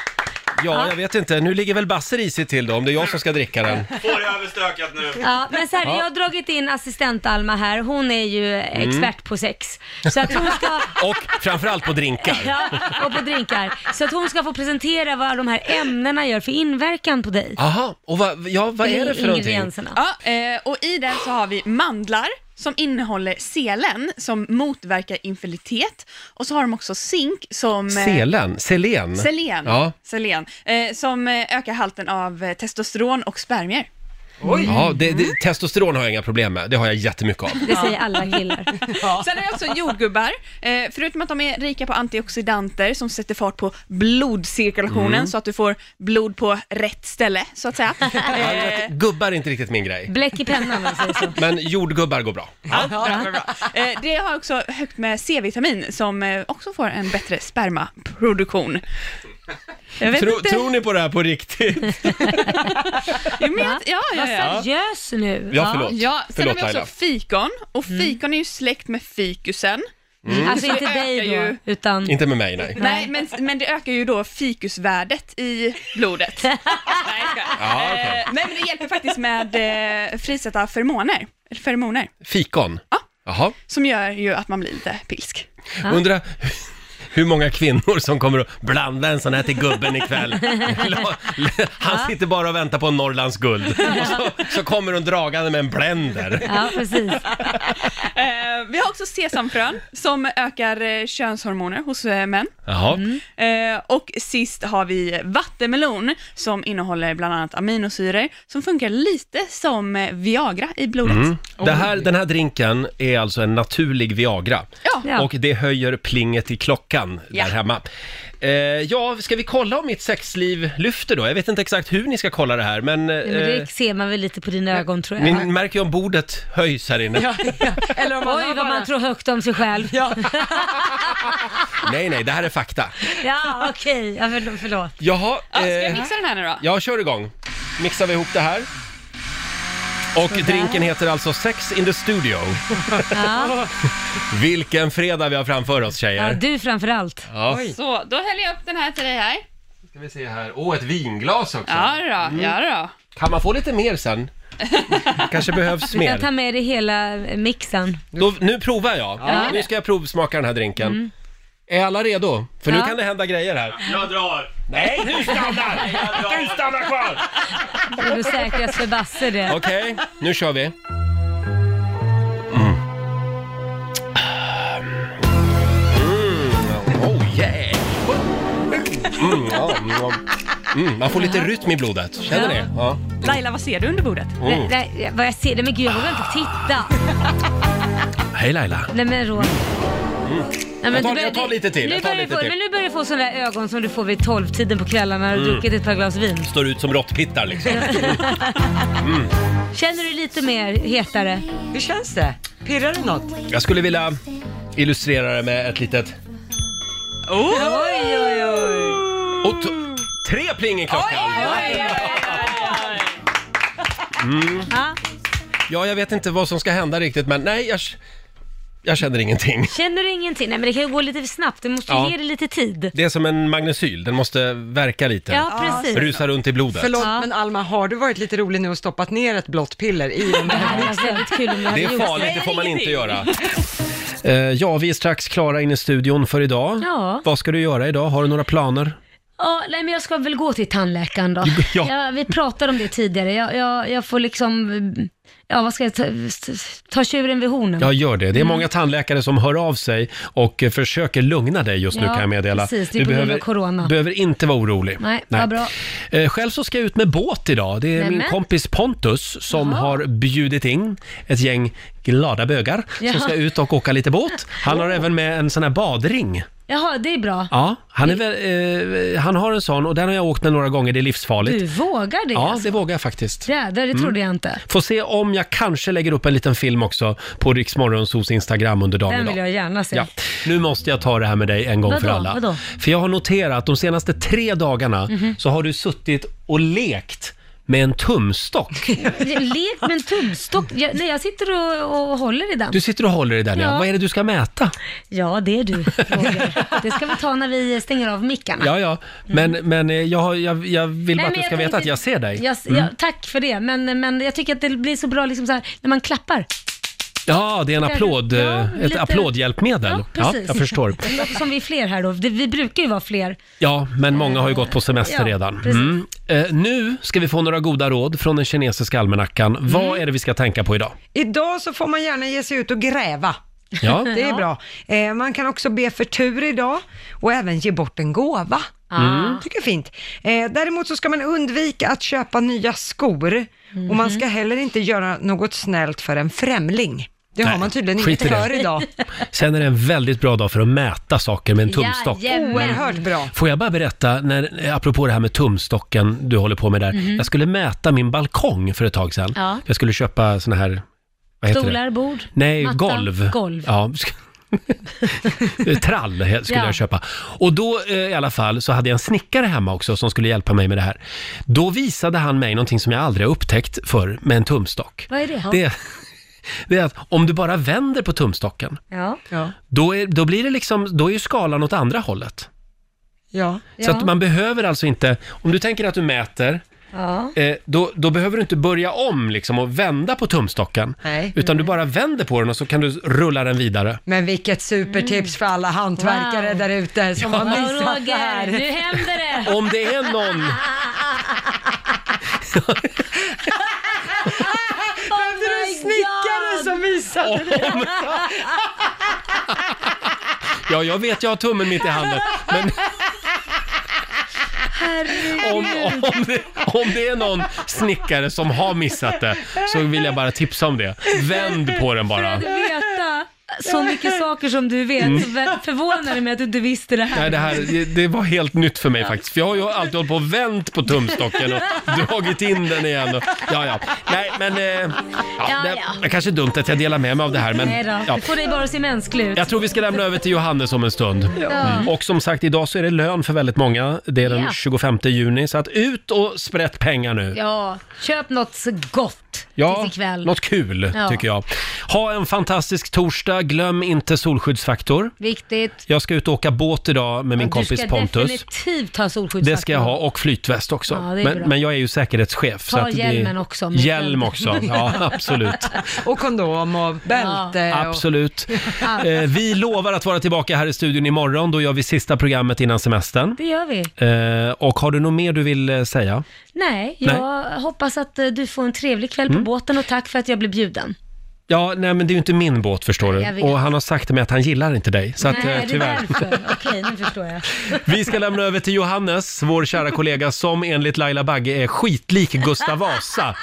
ja jag vet inte. Nu ligger väl Basse risigt till då, om det är jag som ska dricka den.
Får jag överstökat nu?
Ja, men så här,
Ja.
jag har dragit in assistent Alma här. Hon är ju
Mm.
expert på sex. Så att hon ska...
Och framförallt på drinkar.
Ja, och på drinkar. Så att hon ska få presentera vad de här ämnena gör för inverkan på dig.
Aha, och vad, ja, vad är det för någonting?
Ja, eh, och i den så har vi mandlar som innehåller selen som motverkar infertilitet och så har de också zink som... eh,
Selen? Selen?
Selen.
Ja.
Selen. Eh, som eh, ökar halten av eh, testosteron och spermier.
Ja, det, det, testosteron har jag inga problem med. Det har jag jättemycket
Eh.
av.
Det säger alla killar.
Sen har vi också jordgubbar. Eh, förutom att de är rika på antioxidanter som sätter fart på blodcirkulationen
Mm.
så att du får blod på rätt ställe, så att säga. Eh,
Gubbar är inte riktigt min grej.
Bläck i pennan om man säger så.
Men jordgubbar går bra.
Ja, bra, bra, bra. Eh, Det har också högt med C-vitamin som eh, också får en bättre spermaproduktion. Jag vet
Tro,
inte.
tror ni på det här på riktigt?
Jo, men jag- ja, ja,
Var
ja.
seriös nu. Mm.
Ja, förlåt.
Ja, sen
Förlåt,
har vi
Laila.
också fikon och fikon är ju släkt med fikusen.
Mm.
Alltså
Så
inte
ökar
dig då,
ju-
utan...
Inte med mig, nej.
Nej, men, men det ökar ju då fikusvärdet i blodet. Nej, jag skojar.
Ja, okej.
Eh, Nej, men det hjälper faktiskt med eh, frisätta feromoner, eller feromoner,
Fikon? Ja. Jaha.
som gör ju att man blir lite pilsk.
Undra hur många kvinnor som kommer att blanda en sån här till gubben ikväll. Han sitter bara och väntar på Norrlands guld. Och så, så kommer hon dragande med en blender.
Ja, precis.
Eh, vi har också sesamfrön som ökar eh, könshormoner hos eh, män.
Jaha.
Eh, och sist har vi vattenmelon som innehåller bland annat aminosyror som funkar lite som eh, Viagra i blodet.
Mm. Det här, den här drinken är alltså en naturlig Viagra.
Ja. Ja.
Och det höjer plinget i klockan
Ja.
där hemma. Eh, ja, ska vi kolla om mitt sexliv lyfter då? Jag vet inte exakt hur ni ska kolla det här, men...
Nej, men
eh,
det ser man väl lite på dina ögon tror
ni
jag.
märker ju om bordet höjs här inne.
Eller om Oj, vad man tror högt om sig själv. Ja,
Nej, nej, det här är fakta.
ja Ah, okej. Ja, förl- förlåt.
Jaha.
Ja, ska jag
eh,
mixa den här nu då?
Ja, kör igång. Mixar vi ihop det här. Och drinken heter alltså Sex in the Studio.
Ja.
Vilken fredag vi har framför oss
Ja,
tjejer.
du framförallt.
Ja. Oj.
Så, då häller jag upp den här till dig här.
Ska vi se här. Åh, ett vinglas också. Mm.
Ja då, ja då.
Kan man få lite mer sen? kanske behövs
Du kan ta
mer.
med dig hela mixen.
Då, nu provar jag.
Ja.
Nu ska jag provsmaka den här drinken.
Mm.
Är alla redo? För nu
Ja.
kan det hända grejer här.
Jag drar!
Nej, du stannar! Du stannar kvar!
Det är nog säkrast för Basse det.
Okej, nu kör vi. Mm. Oh yeah! Mm, ja, ja. Mm, man får lite rytm i blodet, känner ni? Ja.
Laila, vad ser du under bordet?
Nej,
Mm.
nej, vad jag ser, nej men gud jag vågar inte titta.
Hej Laila!
Nej men Roger.
Mm.
Nej, men
jag,
du
tar,
börjar-
jag tar lite till,
Nu
jag tar
börjar du
lite
få, men
till.
nu börjar du få sådana där ögon som du får vid tolvtiden på kvällarna när du
Mm.
druckit ett par glas vin.
Står ut som råttpittar liksom. Mm.
Känner du lite mer hetare?
Hur känns det? Pirrar det något?
Jag skulle vilja illustrera det med ett litet...
Oj, oj, oj.
Och t- tre pling i klockan! Mm.
Ja.
Ja, jag vet inte vad som ska hända riktigt, men nej, jag, jag känner ingenting.
Känner du ingenting? Nej men det kan ju gå lite för snabbt, du måste
Ja.
ge det lite tid.
Det är som en magnesyl, den måste verka lite.
Ja, precis.
Rusa runt i blodet.
Förlåt, men Alma, har du varit lite rolig nu och stoppat ner ett blått piller i den
alltså, Det
här
hade varit väldigt kul om du hade
Det är
gjort
farligt, det får man inte göra. Eh, ja, vi är strax klara in i studion för idag.
Ja.
Vad ska du göra idag? Har du några planer?
Ja, nej men jag ska väl gå till tandläkaren då.
Ja.
vi pratade om det tidigare. Jag, jag, jag får liksom, ja vad ska jag ta, ta tjuren vid hornen.
Ja, gör det. Det är
Mm.
många tandläkare som hör av sig och eh, försöker lugna dig just nu
Ja,
kan jag meddela.
precis. Det är
du
på grund av
behöver,
corona.
behöver inte vara orolig.
Nej, vad bra.
Eh, Själv så ska jag ut med båt idag. Det är
Nämen.
min kompis Pontus som har bjudit in ett gäng glada bögar
Ja.
som ska ut och åka lite båt. Han har även med en sån här badring.
Jaha, det är bra.
Ja, han, är väl, eh, han har en sån och den har jag åkt med några gånger. Det är livsfarligt.
Du vågar det? alltså?
Ja, det vågar jag faktiskt.
Jädrar, det
Mm.
trodde jag inte.
Får se om jag kanske lägger upp en liten film också på Riksmorgonsos Instagram under dagen
Den
idag.
vill jag gärna se.
Ja. Nu måste jag ta det här med dig en gång
Vadå?
för alla.
Vadå?
För jag har noterat att de senaste tre dagarna
Mhm.
så har du suttit och lekt med en tumstock.
Lek med en tumstock. Jag, nej, jag sitter och, och håller i den.
Du sitter och håller i den, ja.
Ja.
Vad är det du ska mäta?
Ja, det är du, Roger. Det ska vi ta när vi stänger av mickarna.
Ja, ja. Men, men eh, jag, har- jag, jag vill
Mm. Nej, men
bara att du
jag
ska veta
tänkte-
att jag ser dig.
Jag,
Mm.
ja, tack för det, men, men jag tycker att det blir så bra liksom så här, när man klappar.
Ja, det är en applåd,
Ja,
eh, ett
lite-
applådhjälpmedel. Ja,
Precis.
jag förstår.
Som vi är fler här då. Det- Vi brukar ju vara fler.
Ja, men många har ju gått på
Eh,
semester
Ja,
redan.
precis.
Mm. Eh, nu ska vi få några goda råd från den kinesiska almanackan.
Mm.
Vad är det vi ska tänka på idag?
Idag så får man gärna ge sig ut och gräva.
Ja.
Det är
Ja.
bra. Eh, man kan också be för tur idag och även ge bort en gåva. Mm.
Ah.
Tycker jag är fint. Eh, däremot så ska man undvika att köpa nya skor och man
Mhm.
ska heller inte göra något snällt för en främling. Det har
Nej,
man tydligen
skit i
inte
det.
för idag.
Sen är det en väldigt bra dag för att mäta saker med en tumstock.
Oerhört bra.
Får jag bara berätta, när, eh, apropå det här med tumstocken du håller på med där.
Mhm.
Jag skulle mäta min balkong för ett tag sedan.
Ja.
Jag skulle köpa såna här, vad heter
Stolar,
det?
bord,
Nej,
matta,
golv.
golv.
Ja. Trall he- skulle
Ja.
jag köpa. Och då eh, i alla fall så hade jag en snickare hemma också som skulle hjälpa mig med det här. Då visade han mig någonting som jag aldrig har upptäckt förr med en tumstock.
Vad är det?
Det, det är att om du bara vänder på tumstocken,
Ja.
Ja.
då, är, då blir det liksom, då är ju skalan åt andra hållet.
Ja.
Så att man behöver alltså inte, om du tänker att du mäter,
Ja.
eh, då, då behöver du inte börja om liksom och vända på tumstocken.
Nej.
Utan du bara vänder på den och så kan du rulla den vidare.
Men vilket supertips för alla hantverkare där ute som
Ja.
har
Mm. Ja,
missat
Roger,
det här.
nu händer det.
Om det är någon...
Behövde du en snickare som visade det?
Ja, jag vet, jag har tummen mitt i handen. Men
Herregud.
om, om, det, om det är någon snickare som har missat det så vill jag bara tipsa om det. Vänd på den
För
bara.
att veta så mycket saker som du vet
Mm.
så ver- förvånar det mig att du inte visste det här.
Nej, det här det- det var helt nytt för mig faktiskt. För jag har ju alltid hållit på och vänt på tumstocken och dragit in den igen. Och, ja, ja. Nej, men... Eh, ja,
Ja,
det,
ja.
det är kanske är dumt att jag delar med mig av det här, men...
Nej då,
Ja.
det får dig bara att se mänsklig ut.
Jag tror vi ska lämna över till Johannes om en stund.
Ja.
Mm. Och som sagt, idag så är det lön för väldigt många. Det är den
Ja.
25 juni, så att ut och sprätt pengar nu.
Ja, köp något så gott
Ja,
tills ikväll.
något kul
Ja.
tycker jag. Ha en fantastisk torsdag. Glöm inte solskyddsfaktor.
Viktigt.
Jag ska ut och åka båt idag med min
Du
kompis
ska
Pontus.
definitivt ha solskyddsfaktor.
Det ska jag ha och flytväst också.
Ja, det är bra.
men, men jag är ju säkerhetschef.
Ta
att det-
hjälmen också, om jag
Hjälm
kan.
också, ja absolut.
Och kondom och bälte. och...
Absolut. Eh, vi lovar att vara tillbaka här i studion imorgon. Då gör vi sista programmet innan semestern.
Det gör vi.
Eh, och har du något mer du vill eh, säga?
Nej, jag hoppas att eh, du får en trevlig kväll
Mm.
på båten och tack för att jag blev bjuden.
Ja, nej men det är ju inte min båt förstår
Jag
du.
vet.
Och han har sagt till mig att han gillar inte dig. Så att,
Nej,
eh, tyvärr.
det är därför. Okej, nu förstår jag.
Vi ska lämna över till Johannes, vår kära kollega som enligt Laila Bagge är skitlik Gustav Vasa.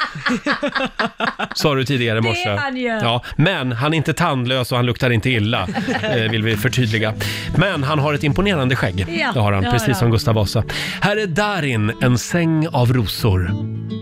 Sa du tidigare i
Det
morse.
är han ju.
Ja, men han är inte tandlös och han luktar inte illa, eh, vill vi förtydliga. Men han har ett imponerande skägg.
Ja,
det har han,
det har
precis
han.
som Gustav Vasa. Här är Darin, En säng av rosor.